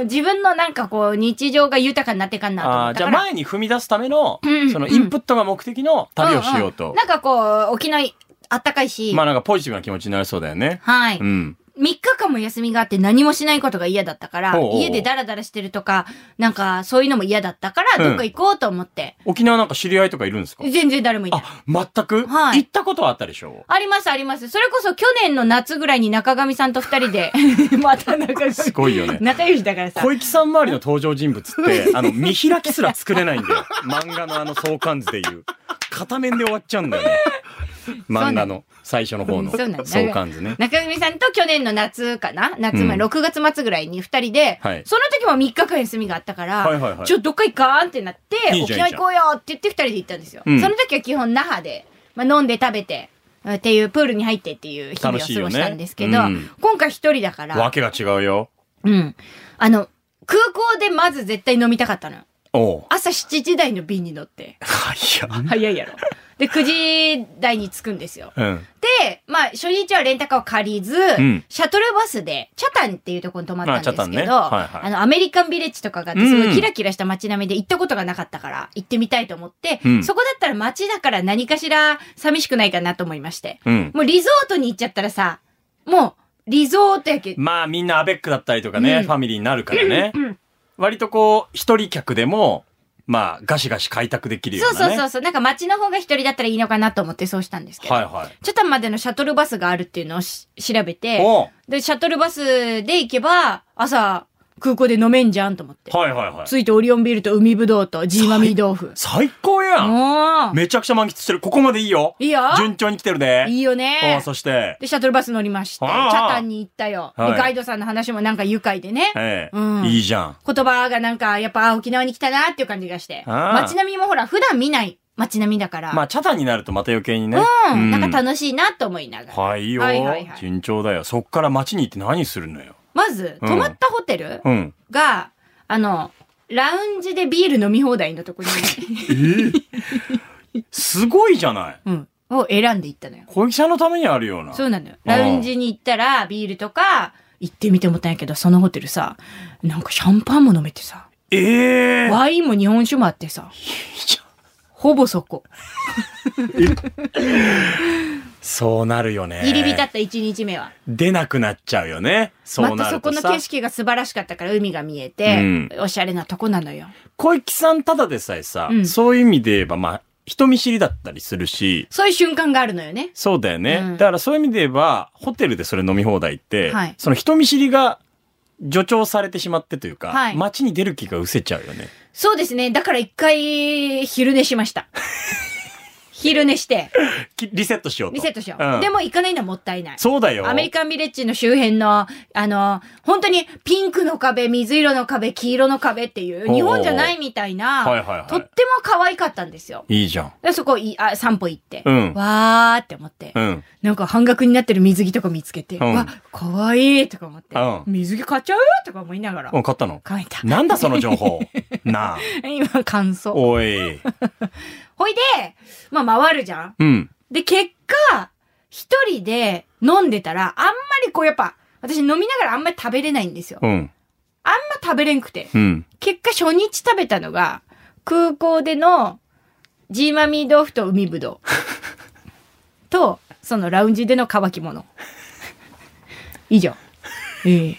Speaker 3: 自分のなんかこう、日常が豊かになってかんなと思
Speaker 2: あ
Speaker 3: っ
Speaker 2: ーじ
Speaker 3: た
Speaker 2: ゃ
Speaker 3: か
Speaker 2: あ
Speaker 3: ら。
Speaker 2: 前に踏み出すための
Speaker 3: うん、
Speaker 2: そのインプットが目的の旅をしようと
Speaker 3: んん。なんかこう、沖縄あったかいし、
Speaker 2: まあなんかポジティブな気持ちになれそうだよね。
Speaker 3: はい。
Speaker 2: うん。
Speaker 3: 3日間も休みがあって何もしないことが嫌だったから、
Speaker 2: おうおう
Speaker 3: 家でダラダラしてるとか、なんかそういうのも嫌だったから、
Speaker 2: うん
Speaker 3: どっか行こうと思って。
Speaker 2: 沖縄なんか知り合いとかいるんですか
Speaker 3: 全然誰もいない。
Speaker 2: あ、全く、
Speaker 3: はい
Speaker 2: 行ったことはあったでしょ
Speaker 3: ありますあります。それこそ去年の夏ぐらいに中上さんと二人で、 また中上。
Speaker 2: すごいよね。
Speaker 3: 仲良しだからさ。
Speaker 2: 小池さん周りの登場人物 って、あの、見開きすら作れないんだよ。漫画のあの相関図でいう。片面で終わっちゃうんだよね。漫画の最初の方の
Speaker 3: そうなんだ
Speaker 2: 相関図ね。
Speaker 3: 中上さんと去年の夏かな夏前、
Speaker 2: うん
Speaker 3: 6月末ぐらいに二人で、
Speaker 2: はい
Speaker 3: その時も3日間休みがあったから、
Speaker 2: はいはいはい
Speaker 3: ちょっとどっか行かんってなって、
Speaker 2: いい
Speaker 3: 沖
Speaker 2: じゃん
Speaker 3: 縄行こうよって言って二人で行ったんですよ。
Speaker 2: うん
Speaker 3: その時は基本那覇で、まあ、飲んで食べて、うんっていうプールに入ってっていう日々を
Speaker 2: 楽しい
Speaker 3: 過
Speaker 2: よ
Speaker 3: ご
Speaker 2: ね
Speaker 3: したんですけど、
Speaker 2: うん
Speaker 3: 今回一人だか
Speaker 2: わ
Speaker 3: ら、
Speaker 2: けが違うよ。
Speaker 3: うん。あの、空港でまず絶対飲みたかったのよ。
Speaker 2: おう。
Speaker 3: 朝7時台の便に乗って。
Speaker 2: はい
Speaker 3: 早いやろ。で、9時台に着くんですよ。
Speaker 2: や。うん。
Speaker 3: で、まあ、初日はレンタカーを借りず、
Speaker 2: ん
Speaker 3: シャトルバスで、チャタンっていうところに泊まったんですけど、
Speaker 2: あチャタンねはいはい
Speaker 3: あの、アメリカンビレッジとかがあって、
Speaker 2: うん
Speaker 3: すごいキラキラした街並みで行ったことがなかったから、行ってみたいと思って、
Speaker 2: うん
Speaker 3: そこだったら街だから何かしら寂しくないかなと思いまして。
Speaker 2: うん
Speaker 3: もうリゾートに行っちゃったらさ、もう、リゾートやけ、
Speaker 2: まあみんなアベックだったりとかね、
Speaker 3: うん
Speaker 2: ファミリーになるからね。割とこう、一人客でも、まあガシガシ開拓できるよ
Speaker 3: そううそ
Speaker 2: な
Speaker 3: う
Speaker 2: ね。
Speaker 3: そうそう、なんか街の方が一人だったらいいのかなと思ってそうしたんですけど、
Speaker 2: はいはい。
Speaker 3: チャタンまでのシャトルバスがあるっていうのをし調べて、
Speaker 2: おう
Speaker 3: で、シャトルバスで行けば、朝、空港で飲めんじゃんと思って。
Speaker 2: はいはいはい。
Speaker 3: ついてオリオンビールと海ぶどうとジーマミー豆腐。
Speaker 2: 最高やん
Speaker 3: もう、
Speaker 2: めちゃくちゃ満喫してる。ここまでいいよ。
Speaker 3: いいよ
Speaker 2: 順調に来てるで。
Speaker 3: いいよ
Speaker 2: お
Speaker 3: ね
Speaker 2: う。そして、
Speaker 3: で、シャトルバス乗りまして、チ
Speaker 2: ああ
Speaker 3: ャタンに行ったよ。で
Speaker 2: はい
Speaker 3: ガイドさんの話もなんか愉快でね。
Speaker 2: ええ
Speaker 3: うん
Speaker 2: いいじゃん。
Speaker 3: 言葉がなんか、やっぱあ沖縄に来たなっていう感じがして。
Speaker 2: ああ
Speaker 3: 街並みもほら、普段見ない街並みだから。
Speaker 2: まあ、チャタンになるとまた余計にね。
Speaker 3: う
Speaker 2: うん
Speaker 3: ん、なんか楽しいなと思いながら。
Speaker 2: はいよ、
Speaker 3: はいはいはい
Speaker 2: 順調だよ。そっから街に行って何するのよ。
Speaker 3: まず、
Speaker 2: うん
Speaker 3: 泊まったホテル
Speaker 2: うん。
Speaker 3: が、あの、ラウンジでビール飲み放題のとこに、
Speaker 2: すごいじゃない。
Speaker 3: うん、を選んで行ったのよ。
Speaker 2: 小雪さんのためにあるような。
Speaker 3: そうなのよ。
Speaker 2: ああ
Speaker 3: ラウンジに行ったら、ビールとか、行ってみて思ったんやけど、そのホテルさ、なんかシャンパンも飲めてさ、
Speaker 2: ええ
Speaker 3: ワインも日本酒もあっ てさ、ほぼそこ。
Speaker 2: そうなるよね。
Speaker 3: 入り浸った1日目は。
Speaker 2: 出なくなっちゃうよね。そう
Speaker 3: また
Speaker 2: な
Speaker 3: そ
Speaker 2: る
Speaker 3: ことの
Speaker 2: さ。
Speaker 3: 景色が素晴らしかったから海が見えて、おしゃれなとこなのよ。
Speaker 2: 小雪さんただでさえさ、
Speaker 3: うん
Speaker 2: そういう意味で言えば、まあ、人見知りだったりするし、
Speaker 3: そういう瞬間があるのよね。
Speaker 2: そうだよね。
Speaker 3: うん
Speaker 2: だからそういう意味で言えば、ホテルでそれ飲み放題って、
Speaker 3: はい
Speaker 2: その人見知りが助長されてしまってというか、
Speaker 3: はい
Speaker 2: 街に出る気が失せちゃうよね。
Speaker 3: そうですね。だから一回、昼寝しま した。昼寝して、
Speaker 2: きリセットしようと。
Speaker 3: リセットしよう。
Speaker 2: うん
Speaker 3: でも行かないのはもったいない。
Speaker 2: そうだよ。
Speaker 3: アメリカンビレッジの周辺の、あの、本当にピンクの壁、水色の壁、黄色の壁っていう、
Speaker 2: お
Speaker 3: 日本じゃないみたいな、
Speaker 2: はいはいはい
Speaker 3: とっても可愛かったんですよ。
Speaker 2: いいじゃん。
Speaker 3: でそこいあ、散歩行って、
Speaker 2: うん
Speaker 3: わーって思って、
Speaker 2: うん。
Speaker 3: なんか半額になってる水着とか見つけて、
Speaker 2: うん
Speaker 3: わ、可愛いとか思っ
Speaker 2: う
Speaker 3: て、
Speaker 2: ん
Speaker 3: 水着買っちゃうとか思いながら、
Speaker 2: うん、買ったの
Speaker 3: 買えた。
Speaker 2: なんだその情報。なあ。
Speaker 3: 今、感想。
Speaker 2: おい。
Speaker 3: ほいで、まあ回るじゃん。
Speaker 2: うん。
Speaker 3: で、結果、一人で飲んでたら、あんまりこうやっぱ、私飲みながらあんまり食べれないんですよ。
Speaker 2: うん。
Speaker 3: あんま食べれんくて。
Speaker 2: うん。
Speaker 3: 結果初日食べたのが、空港でのジーマミー豆腐と海 ぶどう。と、そのラウンジでの乾き物。 以上。ええ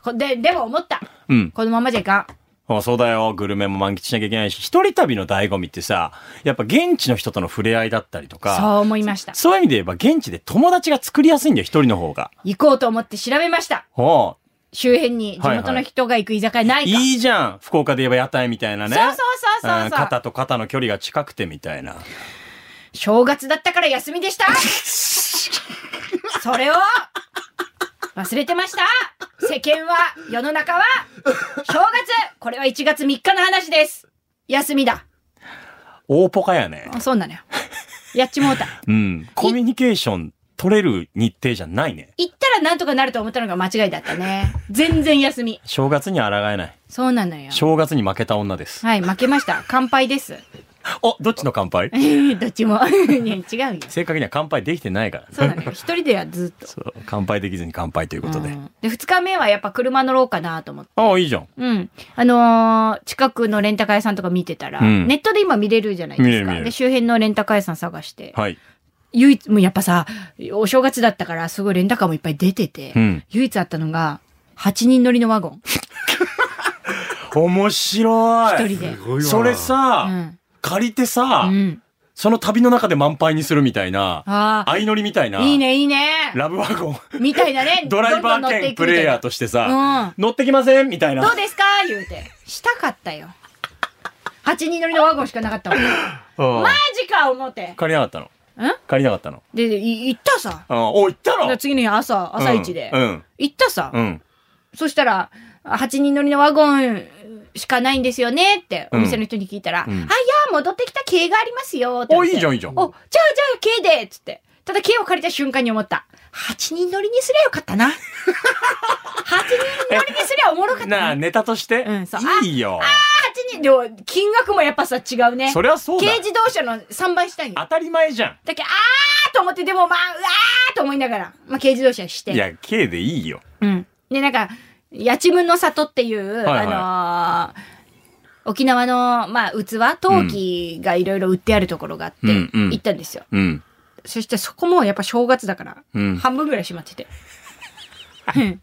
Speaker 3: こで、でも思った。
Speaker 2: うん。
Speaker 3: このままじゃいか
Speaker 2: あそうだよ。グルメも満喫しなきゃいけないし、一人旅の醍醐味ってさ、やっぱ現地の人との触れ合いだったりと
Speaker 3: ん。
Speaker 2: か、
Speaker 3: そう思いました。
Speaker 2: そういう意味で言えば現地で友達が作りやすいんだよ、一人の方が。
Speaker 3: 行こうと思って調べました。
Speaker 2: おう
Speaker 3: 周辺に地元の人が行く居酒屋ないか。
Speaker 2: いいじゃん。福岡で言えば屋台みたいなね。
Speaker 3: そうそうそうそうそう
Speaker 2: うん肩と肩の距離が近くてみたいな。
Speaker 3: 正月だったから休みでしたそれを忘れてました世間は、世の中は、正月これは1月3日の話です休みだ
Speaker 2: 大ポカやね。
Speaker 3: あそうなのよ。やっちもうた。
Speaker 2: うん。コミュニケーション取れる日程じゃないね。
Speaker 3: 行ったらなんとかなると思ったのが間違いだったね。全然休み。
Speaker 2: 正月に抗えない。
Speaker 3: そうなのよ。
Speaker 2: 正月に負けた女です。
Speaker 3: はい、負けました。乾杯です。
Speaker 2: お、どっちの乾杯
Speaker 3: どっち も。ね違うよ。
Speaker 2: 正確には乾杯できてないから。
Speaker 3: そうなのよ。一人ではずっ と。
Speaker 2: そう乾杯できずに乾杯ということで。
Speaker 3: うんで、二日目はやっぱ車乗ろうかなと思って。
Speaker 2: ああ、いいじゃん。
Speaker 3: うん。あのー近くのレンタカー屋さんとか見てたら、
Speaker 2: うん
Speaker 3: ネットで今見れるじゃない
Speaker 2: 見れ
Speaker 3: です
Speaker 2: る見れ
Speaker 3: か。
Speaker 2: る
Speaker 3: で、周辺のレンタカー屋さん探して、
Speaker 2: はい。
Speaker 3: 唯一、もうやっぱさ、お正月だったから、すごいレンタカーもいっぱい出てて、
Speaker 2: うん
Speaker 3: 唯一あったのが、8人乗りのワゴン。
Speaker 2: 面白
Speaker 3: 一
Speaker 2: い。
Speaker 3: 人で。
Speaker 4: ごいわ
Speaker 2: それさ、
Speaker 3: うん
Speaker 2: 借りてさ、
Speaker 3: うん。
Speaker 2: その旅の中で満杯にするみたいな、
Speaker 3: あ
Speaker 2: 相乗りみたいな、
Speaker 3: あ、いいね、いいね。
Speaker 2: ラブワゴン、 。
Speaker 3: みたいなね
Speaker 2: ドライバー兼プレイヤーと
Speaker 3: し
Speaker 2: して
Speaker 3: て
Speaker 2: さ、
Speaker 3: う
Speaker 2: 乗ってきませんみたい
Speaker 3: ん。ど
Speaker 2: な
Speaker 3: う。ですか言うて。したかったよ。8人乗りのワゴンしかなか ったもん。
Speaker 2: うん
Speaker 3: マジか思って。
Speaker 2: 借りなかったの
Speaker 3: ん
Speaker 2: 借りなかったの
Speaker 3: で、でい行ったさ。
Speaker 2: うんお、行ったの
Speaker 3: 次の日朝、朝一で。
Speaker 2: うん。
Speaker 3: 行ったさ。
Speaker 2: うん。
Speaker 3: そしたら、8人乗りのワゴンしかないんですよねって、お店の人に聞いたら、
Speaker 2: うん
Speaker 3: あ、いや、戻ってきた系がありますよって言われ
Speaker 2: お
Speaker 3: て。
Speaker 2: いいじゃんいいじゃん
Speaker 3: お、じゃあじゃあ系でっつって。ただ毛を借りた瞬間に思った。8人乗りにすりゃよかったな。8人乗りにすりゃおもろかった
Speaker 2: な
Speaker 3: な。
Speaker 2: あ、
Speaker 3: 8
Speaker 2: ネタとして
Speaker 3: うんそう。
Speaker 2: いいよ。
Speaker 3: 人、でも金額もやっぱさ違うね。
Speaker 2: そりゃそうだ
Speaker 3: 軽。自動車の3倍したいんよ
Speaker 2: 当。たり前じゃ
Speaker 3: だけど、あーと思って、でもまあ、うわーと思いながら、まあ軽自動車し
Speaker 2: ん。
Speaker 3: て。
Speaker 2: いや、K でいいよ。
Speaker 3: うん。で、なんか、八千分の里っていう、
Speaker 2: はいはい
Speaker 3: あのー沖縄の、まあ、器、陶器がいろいろ売ってあるところがあって、
Speaker 2: うんうん
Speaker 3: 行ったんですよ。
Speaker 2: うん。
Speaker 3: そしてそこもやっぱ正月だから、
Speaker 2: うん
Speaker 3: 半分ぐらい閉まってて。 うん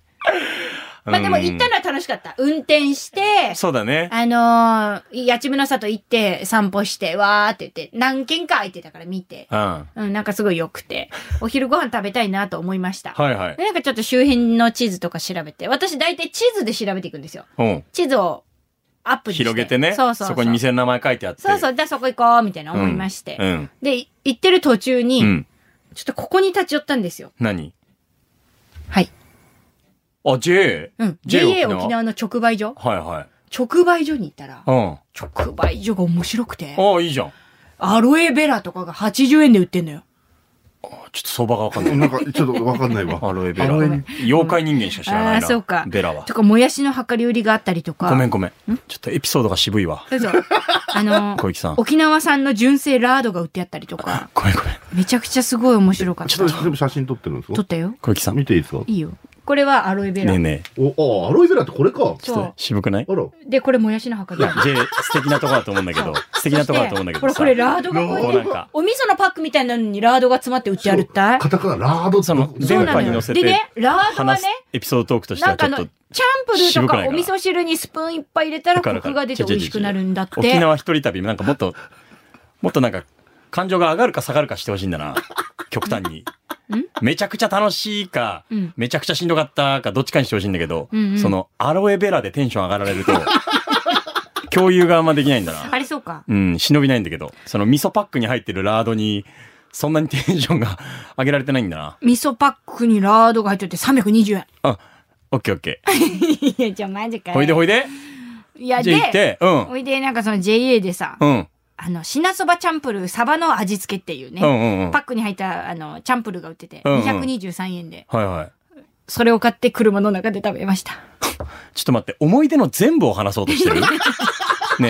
Speaker 3: まあでも行ったのは楽しかった。運転して、
Speaker 2: そうだね。
Speaker 3: あのー、八千分の里行って散歩して、わーって言って、何軒か空いてたから見て、
Speaker 2: うん。は
Speaker 3: うん、なんかすごい良くて、お昼ご飯食べたいなと思いました。
Speaker 2: いはい
Speaker 3: で。なんかちょっと周辺の地図とか調べて、私大体地図で調べていくんですよ。
Speaker 2: うん。
Speaker 3: 地図をアップにして
Speaker 2: 広げてね。
Speaker 3: そうそうう。
Speaker 2: こに店の名前書いてあって。。
Speaker 3: そうそうう。じゃあそこ行こう、みたいな思いまして。
Speaker 2: うん。
Speaker 3: で、い行ってる途中に、
Speaker 2: うん。
Speaker 3: ちょっとここに立ち寄ったんですよ。
Speaker 2: 何
Speaker 3: はい。
Speaker 2: あ、J?
Speaker 3: うん。
Speaker 2: J
Speaker 3: JA 沖縄の直売所
Speaker 2: はいはい。
Speaker 3: 直売所に行ったら、
Speaker 2: う
Speaker 3: 直売所が面白く
Speaker 2: ん。
Speaker 3: て、
Speaker 2: ああ、いいじゃん。あ
Speaker 3: アロエベラとかが80円で売ってんのよ。
Speaker 2: ちょっと相場がわかん ない。
Speaker 4: なんか、ちょっとわかんないわ。
Speaker 2: アロエベラ
Speaker 4: アロエ。
Speaker 2: 妖怪人間しか知らないな。
Speaker 3: あーそうか
Speaker 2: ベラは
Speaker 3: と。か、もやしの量り売りがあったりとか。
Speaker 2: ごめんごめん。ちょっとエピソードが渋いわ。
Speaker 3: そうそう。あの
Speaker 2: 小雪さん
Speaker 3: 沖縄産の純正ラードが売ってあったりとか、
Speaker 2: ごめんごめん。
Speaker 3: めちゃくちゃすごい面白かった。
Speaker 4: ちょっと、でも写真撮ってるんです
Speaker 3: 撮
Speaker 4: か
Speaker 3: ったよ。
Speaker 2: 小雪さん。ね
Speaker 4: 見ていいですか
Speaker 3: いいよ。これはアロエベラ。
Speaker 2: えねえ。
Speaker 4: お、あ、アロイベラってこれか。
Speaker 2: ちょっと渋くない
Speaker 4: あら。
Speaker 3: で、これもやしの量り売り。
Speaker 2: J 素敵なとこだと思うんだ けど、素敵なとこだと思うんだけど
Speaker 3: ほら、
Speaker 2: さ
Speaker 3: これラードがこう
Speaker 2: こう
Speaker 3: や
Speaker 2: な
Speaker 3: っ
Speaker 2: ん
Speaker 3: て、
Speaker 2: か、
Speaker 3: お味噌のパックみたいなのにラードが詰まって売ってあるったい
Speaker 4: カタカナ、ラードって
Speaker 2: その
Speaker 3: そう
Speaker 2: 電
Speaker 3: なの
Speaker 2: 波
Speaker 3: よ
Speaker 2: に乗せて
Speaker 3: でねラードが
Speaker 2: 話
Speaker 3: ね
Speaker 2: すエピソードトークとしては
Speaker 3: なん
Speaker 2: ち
Speaker 3: か
Speaker 2: ょ
Speaker 3: あ
Speaker 2: っ
Speaker 3: の、チャ
Speaker 2: と
Speaker 3: ンプルー
Speaker 2: 渋
Speaker 3: と
Speaker 2: くない
Speaker 3: か
Speaker 2: か
Speaker 3: お味噌汁にスプーンいっぱい入れたらコ
Speaker 2: わかるわか
Speaker 3: ク
Speaker 2: る
Speaker 3: が出て美味しくなるんだって。
Speaker 2: 沖縄一人旅もなんかもっと、もっとなんか、感情が上がるか下がるかしてほしいんだな。 極端に。めちゃくちゃ楽しいか、
Speaker 3: うん
Speaker 2: めちゃくちゃしんどかったか、どっちかにしてほしいんだけど、
Speaker 3: うんうん
Speaker 2: その、アロエベラでテンション上がられ ると、共有があんまできないんだな。
Speaker 3: あれそうか。
Speaker 2: うん、忍びないんだけど、その味噌パックに入ってるラードに、そんなにテンションが 上げられてないんだな。
Speaker 3: 味噌パックにラードが入ってて320円。
Speaker 2: あ、オッケーオッケ
Speaker 3: いや、じゃあマジ
Speaker 2: ー。
Speaker 3: かよ
Speaker 2: ほいでほいで。
Speaker 3: いや、
Speaker 2: じゃあ行って、
Speaker 3: で、
Speaker 2: うん。
Speaker 3: おいで、なんかその JA でさ、
Speaker 2: うん。
Speaker 3: あの、シナそばチャンプルー、サバの味付けっていうね、
Speaker 2: うんうんうん。
Speaker 3: パックに入った、あの、チャンプルーが売ってて、
Speaker 2: うんうん
Speaker 3: 223円で、
Speaker 2: はいはい。
Speaker 3: それを買って車の中で食べました。
Speaker 2: ちょっと待って、思い出の全部を話そうとして るね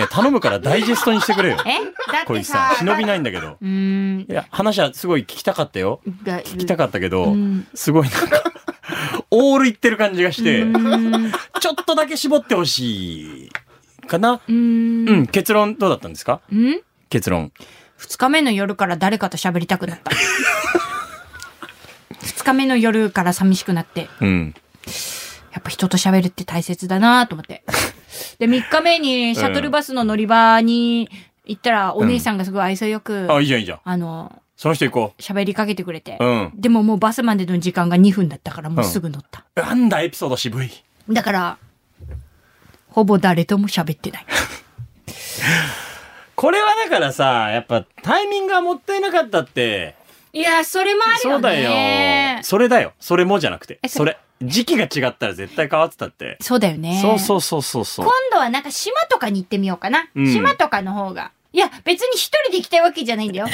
Speaker 2: え頼むからダイジェストにしてくれよ。
Speaker 3: えだっ
Speaker 2: 小
Speaker 3: て
Speaker 2: 石さ
Speaker 3: さ。
Speaker 2: ん、、忍びないいんだけど。
Speaker 3: うーん
Speaker 2: い。や、話はすごい聞きたかったよ。
Speaker 3: が
Speaker 2: 聞きたかったけど
Speaker 3: ん、
Speaker 2: すごいなんか、オール言ってる感じがして
Speaker 3: う、ーん。う
Speaker 2: ちょっとだけ絞ってほしいかな。う
Speaker 3: ー。
Speaker 2: んん、結論どうだったんですか
Speaker 3: うん
Speaker 2: 結論。
Speaker 3: 二日目の夜から誰かと喋りたく なった。二日目の夜から寂しくなって、
Speaker 2: うん。
Speaker 3: やっぱ人と喋るって大切だなと思って。で、三日目にシャトルバスの乗り場に行ったら、お姉さんがすごい愛想よく、
Speaker 2: あ、いいじゃんいいじゃん。
Speaker 3: あの、
Speaker 2: その人行こ
Speaker 3: 喋りかけてくれて。
Speaker 2: うん
Speaker 3: でももうバスまでの時間が2分だったから、もうすぐ乗った。
Speaker 2: う。なんだ、エピソード渋い。
Speaker 3: だから、ほぼ誰とも喋ってない。
Speaker 2: これはだからさ、やっぱタイミングがもったいなかったって、
Speaker 3: いや、それもある
Speaker 2: そ
Speaker 3: よ
Speaker 2: うだ
Speaker 3: ね
Speaker 2: よ。。それだよ。それもじゃなくて。
Speaker 3: え
Speaker 2: そ
Speaker 3: そ
Speaker 2: れ。時期が違ったら絶対変わってたって。
Speaker 3: そうだよね。
Speaker 2: そうそうそうそうそう
Speaker 3: 今。度はなんか島とかに行ってみようかな。
Speaker 2: うん
Speaker 3: 島とかの方が。いや、別に一人で行きたいわけじゃないんだよ。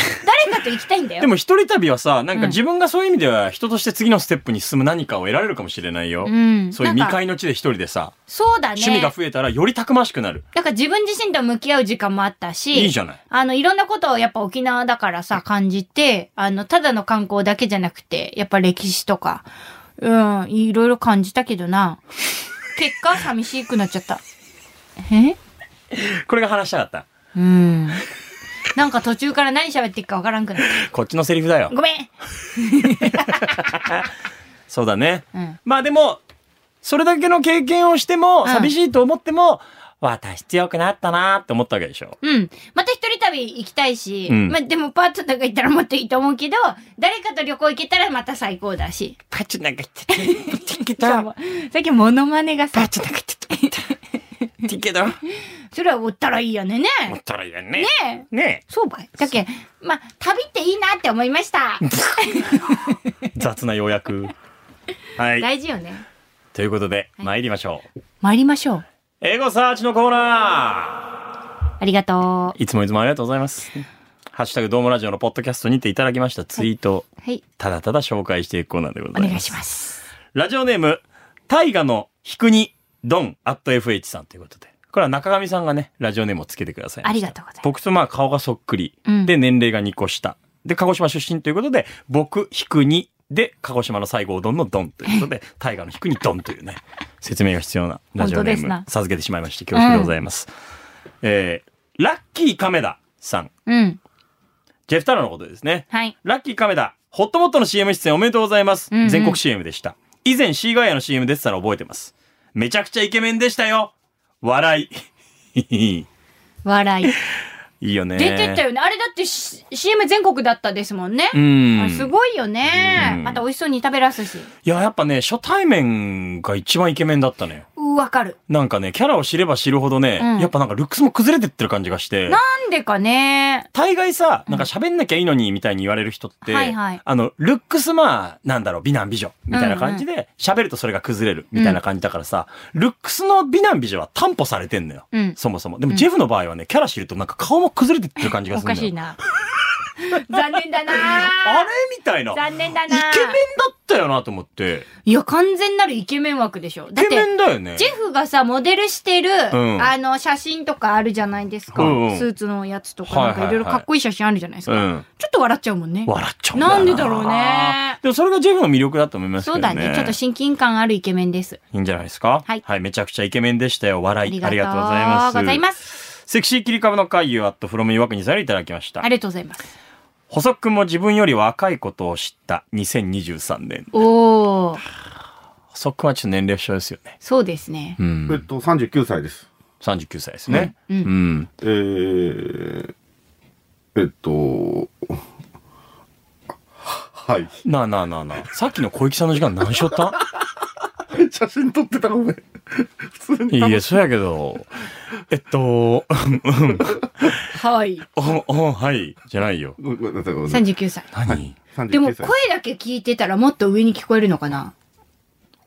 Speaker 3: 誰かと行きたいんだよ。
Speaker 2: でも一人旅はさ、なんか
Speaker 3: うん
Speaker 2: 自分がそういう意味では人として次のステップに進む何かを得られるかもしれないよ。
Speaker 3: うん
Speaker 2: そういう
Speaker 3: なんか
Speaker 2: 未開の地で一人でさ、
Speaker 3: そうだね。
Speaker 2: 趣味が増えたらよりたくましくなる。
Speaker 3: だから自分自身と向き合う時間もあったし、
Speaker 2: いいじゃない
Speaker 3: あの、いろんなことをやっぱ沖縄だからさ、感じて、あの、ただの観光だけじゃなくて、やっぱ歴史とか、うん、いろいろ感じたけどな。結果、寂しくなっちゃった。え
Speaker 2: これが話したかった。
Speaker 3: うん。なんか途中から何喋っていくかわからんくなっ
Speaker 2: こっちのセリフだよ
Speaker 3: た。。ごめん
Speaker 2: そうだね。
Speaker 3: うん
Speaker 2: まあでも、それだけの経験をしても、
Speaker 3: ん
Speaker 2: 寂しいと思っても、私強くなったなって思ったわけでし ょ。
Speaker 3: うん。また一人旅行きたいし、
Speaker 2: うん
Speaker 3: まあ、でもパートナーがいたらもっといいと思うけど、誰かと旅行行けたらまた最高だし。
Speaker 2: パチなんか 言ってて、け
Speaker 3: しかも最近モノマネがさ、
Speaker 2: パチなんか言ってて、いいけど、思
Speaker 3: それはおったらいいよね。ね
Speaker 2: ったらいいよね。
Speaker 3: え。
Speaker 2: ね
Speaker 3: そうばい。だけん、まあ、旅っていいなって思いました。
Speaker 2: え。雑な要約。はい。
Speaker 3: 大事よね。
Speaker 2: ということで、参りましょう。
Speaker 3: 参りましょう。
Speaker 2: エゴサーチのコーナ
Speaker 3: ありがとう。
Speaker 2: ーいつもいつもありがとうございます。ハッシュタグドームラジオのポッドキャストにていただきましたツイート、
Speaker 3: はい。
Speaker 2: ただただ紹介していくコーナーでござ
Speaker 3: お
Speaker 2: います。
Speaker 3: 願いします。
Speaker 2: ラジオネーム、大河のひくにドンアット FH さんということで。これは中上さんがね、ラジオネームをつけてくださいました
Speaker 3: ありがとうございます
Speaker 2: 僕とまあ顔がそっくり。
Speaker 3: うん
Speaker 2: で、年齢が2個下。で、鹿児島出身ということで、僕、ひくに、で、鹿児島の西郷どんのドンということ で、大河のひくにドンというね、説明が必要なラジオネ
Speaker 3: 本当
Speaker 2: ー
Speaker 3: です
Speaker 2: ム
Speaker 3: な、
Speaker 2: 授けてしまいまして、恐縮でございます。えー、ラッキー亀田さん。
Speaker 3: うん。
Speaker 2: ジェフタラのことですね。
Speaker 3: はい。
Speaker 2: ラッキー亀田、ホットモットの CM 出演おめでとうございます。
Speaker 3: うんうん
Speaker 2: 全国 CM でした。以前シーガイアの CM 出てたの覚えてます。めちゃくちゃイケメンでしたよ。笑い。 い
Speaker 3: 笑い。
Speaker 2: いよね。
Speaker 3: 出てったよね。あれだってし CM 全国だったですもんね。
Speaker 2: うん。
Speaker 3: あすごいよ
Speaker 2: うん
Speaker 3: ね。また美味しそうに食べらすし。
Speaker 2: いや、やっぱね、初対面が一番イケメンだったね。
Speaker 3: うわかる。
Speaker 2: なんかね、キャラを知れば知るほどね、
Speaker 3: うん
Speaker 2: やっぱなんかルックスも崩れてってる感じがして。
Speaker 3: なんでかね。
Speaker 2: 大概さ、なんか喋んなきゃいいのにみたいに言われる人って、
Speaker 3: はいはい
Speaker 2: あの、ルックスまあ、なんだろう、美男美女みたいな感じで、喋るとそれが崩れるみたいな感じだからさ、ルックスの美男美女は担保されてんのよ。
Speaker 3: うん
Speaker 2: そもそも。でも、ジェフの場合はね、キャラ知るとなんか顔も崩れてってる感じが
Speaker 3: お
Speaker 2: する
Speaker 3: か
Speaker 2: んだ
Speaker 3: し
Speaker 2: よ。
Speaker 3: い な。残念だな
Speaker 2: あれみたいな。イケメン
Speaker 3: 残念だな
Speaker 2: だったよなと思って。
Speaker 3: いや、完全なるイケメン枠でしょ。だ
Speaker 2: イ
Speaker 3: っ
Speaker 2: ケメ
Speaker 3: て、
Speaker 2: ンだよね
Speaker 3: ジ。ェフがさ、モデルしてる、
Speaker 2: ん
Speaker 3: あの、写真とかあるじゃないですか。
Speaker 2: うんうん
Speaker 3: スーツのやつとか、
Speaker 2: はい
Speaker 3: な
Speaker 2: は
Speaker 3: ん
Speaker 2: いはい
Speaker 3: かいろいろかっこいい写真あるじゃないです
Speaker 2: う
Speaker 3: か。
Speaker 2: ん。
Speaker 3: ちょっと笑っちゃうもんね。
Speaker 2: 笑っちゃうんだよ
Speaker 3: なんでだろうね。
Speaker 2: でもそれがジェフの魅力だと思いますけ
Speaker 3: そ
Speaker 2: ど
Speaker 3: う
Speaker 2: ね。
Speaker 3: だね。ちょっと親近感あるイケメンです。
Speaker 2: いいんじゃないですか
Speaker 3: はい
Speaker 2: めちゃくちゃイケメンでしたよ。笑い。あ
Speaker 3: あ
Speaker 2: り
Speaker 3: り
Speaker 2: が
Speaker 3: が
Speaker 2: と
Speaker 3: と
Speaker 2: う
Speaker 3: う
Speaker 2: ご
Speaker 3: ご
Speaker 2: ざ
Speaker 3: ざ
Speaker 2: い
Speaker 3: い
Speaker 2: ま。
Speaker 3: ますす
Speaker 2: セクシー切り株の回遊アットフロム岩国さんよりいただきました
Speaker 3: あ。りがとうございます。
Speaker 2: 細くんも自分より若いことを知った2023年。
Speaker 3: おー、
Speaker 2: 細くんはちょっと年齢不詳ですよね。
Speaker 3: そうですね。
Speaker 2: うん
Speaker 4: えっと、39歳です。
Speaker 2: 39歳ですね。
Speaker 3: うんうん
Speaker 2: ん。
Speaker 4: えー、えっと、はい。
Speaker 2: なあなあなあなあ。さっきの小池さんの時間何しよったん
Speaker 4: 写真撮ってたごめん。 普通
Speaker 2: い
Speaker 4: に
Speaker 2: いえ、
Speaker 4: 楽し
Speaker 2: そうやけど。えっと、うん、うん、
Speaker 3: はい。
Speaker 2: うん、うんはい、じゃないよ。
Speaker 4: ごめんなさいごめんなさい
Speaker 3: 39歳。
Speaker 2: 何
Speaker 4: 39歳
Speaker 3: でも声だけ聞いてたらもっと上に聞こえるのかな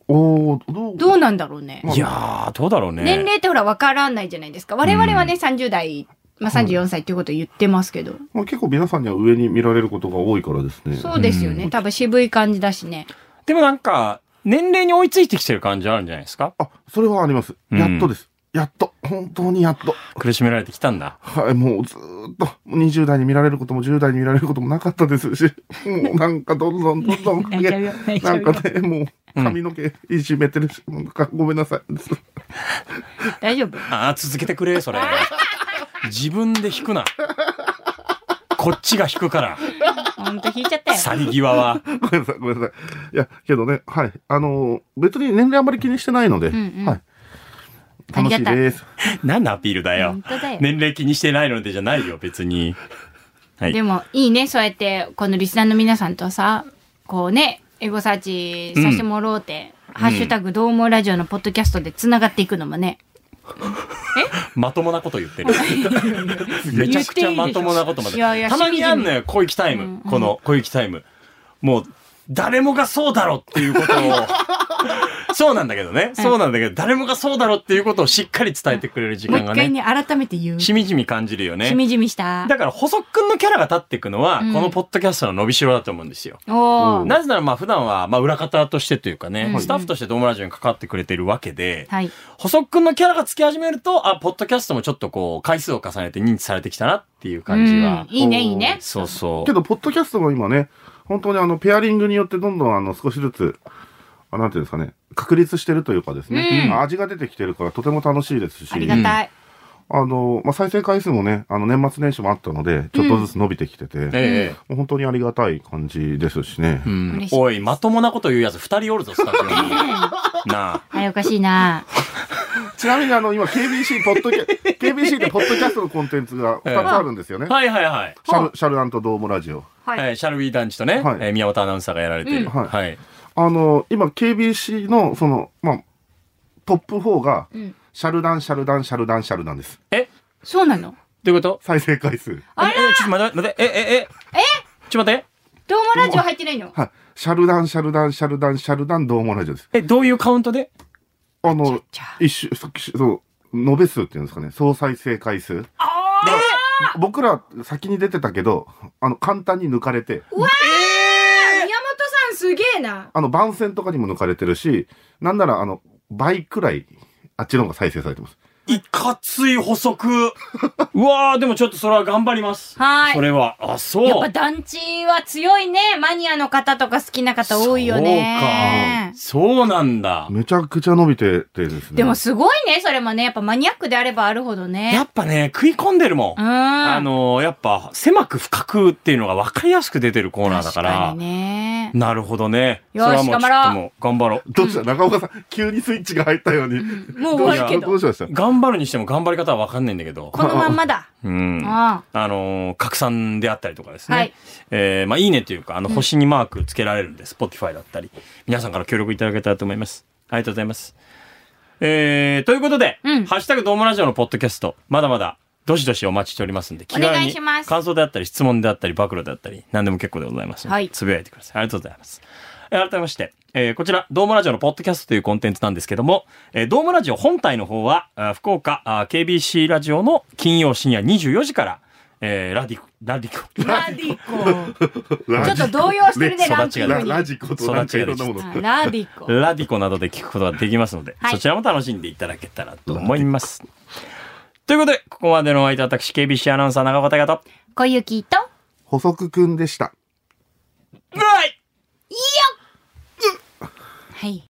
Speaker 4: おーどう
Speaker 3: どうなんだろうね。
Speaker 2: いやー、どうだろうね。
Speaker 3: 年齢ってほら分からないじゃないですか。我々はね、30代、まあ、34歳っていうことを言ってますけど。
Speaker 4: まあ、結構皆さんには上に見られることが多いからですね。
Speaker 3: そうですよね。多分渋い感じだしね。
Speaker 2: でもなんか、年齢に追いついてきてる感じあるんじゃないですか
Speaker 4: あ、それはあります。
Speaker 2: うん
Speaker 4: やっとです。やっと。本当にやっと。
Speaker 2: 苦しめられてきたんだ。
Speaker 4: はい、もうずーっと、20代に見られることも10代に見られることもなかったですし、もうなんかどんどんどんどん
Speaker 3: 泣いちゃうよ泣いちゃ
Speaker 4: な
Speaker 3: うんよ
Speaker 4: かね、もう髪の毛いじめてるし、なんかごめんなさい。
Speaker 3: 大丈夫
Speaker 2: ああ、続けてくれ、そ れ。自分で引くな。こっちが引くから、
Speaker 3: ほんと引いちゃ ったよ。
Speaker 2: 去り際は。
Speaker 4: ごめんなさい、ごめんなさい。いや、けどね、はい。あのー、別に年齢あんまり気にしてないので、
Speaker 3: んうん
Speaker 4: はい。
Speaker 3: あり
Speaker 4: 楽
Speaker 3: が
Speaker 4: しい
Speaker 3: たい
Speaker 4: です。
Speaker 2: 何のアピールだよ
Speaker 3: 本。当だよ。
Speaker 2: 年齢気にしてないのでじゃないよ、別に。はい
Speaker 3: でもいいね、そうやって、このリスナーの皆さんとさ、こうね、エゴサーチさせてもろうて、ハッシュタグどう思うラジオのポッドキャストで繋がっていくのもね。
Speaker 2: まともなこと言 ってる。めちゃくちゃまともなことまで。
Speaker 3: いやいや
Speaker 2: たまにあんのよ、小雪タイ
Speaker 3: うんう
Speaker 2: ム
Speaker 3: ん。
Speaker 2: この小雪タイム。もう、誰もがそうだろっていうことを。 そうなんだけどね。そうなんだけど、誰もがそうだろっていうことをしっかり伝えてくれる時
Speaker 3: も
Speaker 2: 間
Speaker 3: う一
Speaker 2: が
Speaker 3: 回
Speaker 2: ね、
Speaker 3: ね、改めて言う。
Speaker 2: し
Speaker 3: し
Speaker 2: みじみ感じるよね。
Speaker 3: みじみした。
Speaker 2: だから、細くんのキャラが立っていくのは、
Speaker 3: うん
Speaker 2: このポッドキャストの伸びしろだと思うんですよ。
Speaker 3: おー。
Speaker 2: なぜなら、まあ、普段は、まあ、裏方としてというかね、
Speaker 3: うん
Speaker 2: スタッフとしてドームラジオに関わってくれてるわけで、
Speaker 3: はい。
Speaker 2: 細くんのキャラがつき始めると、あ、ポッドキャストもちょっとこう、回数を重ねて認知されてきたなっていう感じは。
Speaker 3: うんいいね、いいね。
Speaker 2: そうそ
Speaker 4: けど、ポッドキャストも今ね、本当にあの、ペアリングによってどんどんあの、少しずつ、あなんていうんですかね、確立してるというかですね、
Speaker 2: うん
Speaker 4: 味が出てきてるからとても楽しいですし、
Speaker 3: ありがたい。
Speaker 4: あの、まあ、再生回数もね、あの、年末年始もあったので、ちょっとずつ伸びてきてて、
Speaker 2: う。え
Speaker 4: もう本当にありがたい感じですしね。
Speaker 2: え。う
Speaker 3: 嬉
Speaker 2: ん。
Speaker 3: しい
Speaker 2: おい、まともなこと言うやつ二人おるぞ、スタジオ に。なあ。
Speaker 3: あれおかしいな。
Speaker 4: ちなみにあの、今 KBC ポッドキャ、KBC でポッドキャストのコンテンツが2つあるんですよね。
Speaker 2: はいはいはい。
Speaker 4: シャル、シャルアンとドームラジオ。
Speaker 3: はい
Speaker 2: えーシャルウィー団地とね、
Speaker 4: はい
Speaker 2: えー宮本アナウンサーがやられている。
Speaker 4: うんはい
Speaker 2: はい。
Speaker 4: あの、今 KBC の、その、まあ、トップ4が、
Speaker 3: ん
Speaker 4: シャルダン、シャルダン、シャルダン、シャルダンです。
Speaker 2: え
Speaker 3: そうなの
Speaker 2: どういうこと
Speaker 4: 再生回数。
Speaker 2: え、え、ちょっと待って、待って、え、え、え、ちょっと待って。
Speaker 3: どうもラジオ入ってないの
Speaker 4: はい。シャルダン、シャルダン、シャルダン、シャルダン、ドームラジオです。
Speaker 2: え、どういうカウントで
Speaker 4: あの
Speaker 3: ちゃ、
Speaker 4: 一周、そその、延べ数っていうんですかね。総再生回数。
Speaker 3: あ
Speaker 4: だから僕ら先に出てたけど、あの、簡単に抜かれて、
Speaker 3: 宮本さんすげえな。
Speaker 4: あの、番宣とかにも抜かれてるし、なんなら、あの、倍くらい、あっちの方が再生されてます。
Speaker 2: いかつい補足。うわー、でもちょっとそれは頑張ります。
Speaker 3: はい
Speaker 2: それは。あ、そう。
Speaker 3: やっぱ団地は強いね。マニアの方とか好きな方多いよね。
Speaker 2: そうか。そうなんだ。
Speaker 4: めちゃくちゃ伸びててですね。
Speaker 3: でもすごいね、それもね。やっぱマニアックであればあるほど
Speaker 2: や
Speaker 3: ね。
Speaker 2: っぱね、食い込んでるもん。
Speaker 3: うん。
Speaker 2: あ
Speaker 3: あ、
Speaker 2: のー、やっぱ、狭く深くっていうのが分かりやすく出てるコーナーだ
Speaker 3: 確
Speaker 2: か。
Speaker 3: からにね。
Speaker 2: なるほどね。
Speaker 3: よし
Speaker 2: それはもうちょっともう頑張ろう。
Speaker 4: どうした中岡さん、急にスイッチが入ったように。
Speaker 3: もう終わるけ
Speaker 4: ど
Speaker 3: ど。
Speaker 4: うしました
Speaker 2: 頑張るにしても頑張り方は分かんないんだけど。
Speaker 3: このまんまだ。
Speaker 2: うん。
Speaker 3: あ
Speaker 2: あのー拡散であったりとかですね。
Speaker 3: はい
Speaker 2: えーまあ、いいねというか、あの、星にマークつけられるんです。Spotify だったり。皆さんから協力いただけたらと思います。ありがとうございます。えー、ということで、
Speaker 3: うん
Speaker 2: ハッシュタグドームラジオのポッドキャスト、まだまだ、どしどしお待ちしておりますんで、気
Speaker 3: お
Speaker 2: 軽
Speaker 3: 願い
Speaker 2: に
Speaker 3: します
Speaker 2: 感想であったり、質問であったり、暴露であったり、何でも結構でございますので、
Speaker 3: はい
Speaker 2: つぶやいてください。ありがとうございます。えー改めまして、えーこちら、ドームラジオのポッドキャストというコンテンツなんですけども、えードームラジオ本体の方は、あー福岡あー KBC ラジオの金曜深夜24時から、えーラディコ、ラディコ、
Speaker 3: ラディコ。ちょ
Speaker 4: ラ
Speaker 3: っ
Speaker 4: ジ
Speaker 3: と動揺してるね、
Speaker 2: ね
Speaker 3: ランキング
Speaker 4: ラ
Speaker 3: に。
Speaker 4: ラ
Speaker 3: ラ
Speaker 4: ジコとなんかいろんなもの。
Speaker 3: ディコ。
Speaker 2: ラディコなどで聞くことができますので、
Speaker 3: はい
Speaker 2: そちらも楽しんでいただけたらと思います。ということで、ここまでのお相手は私、KBC アナウンサー長岡大和。う
Speaker 6: 小雪と
Speaker 4: 補足くんでした。
Speaker 2: まい
Speaker 3: はい。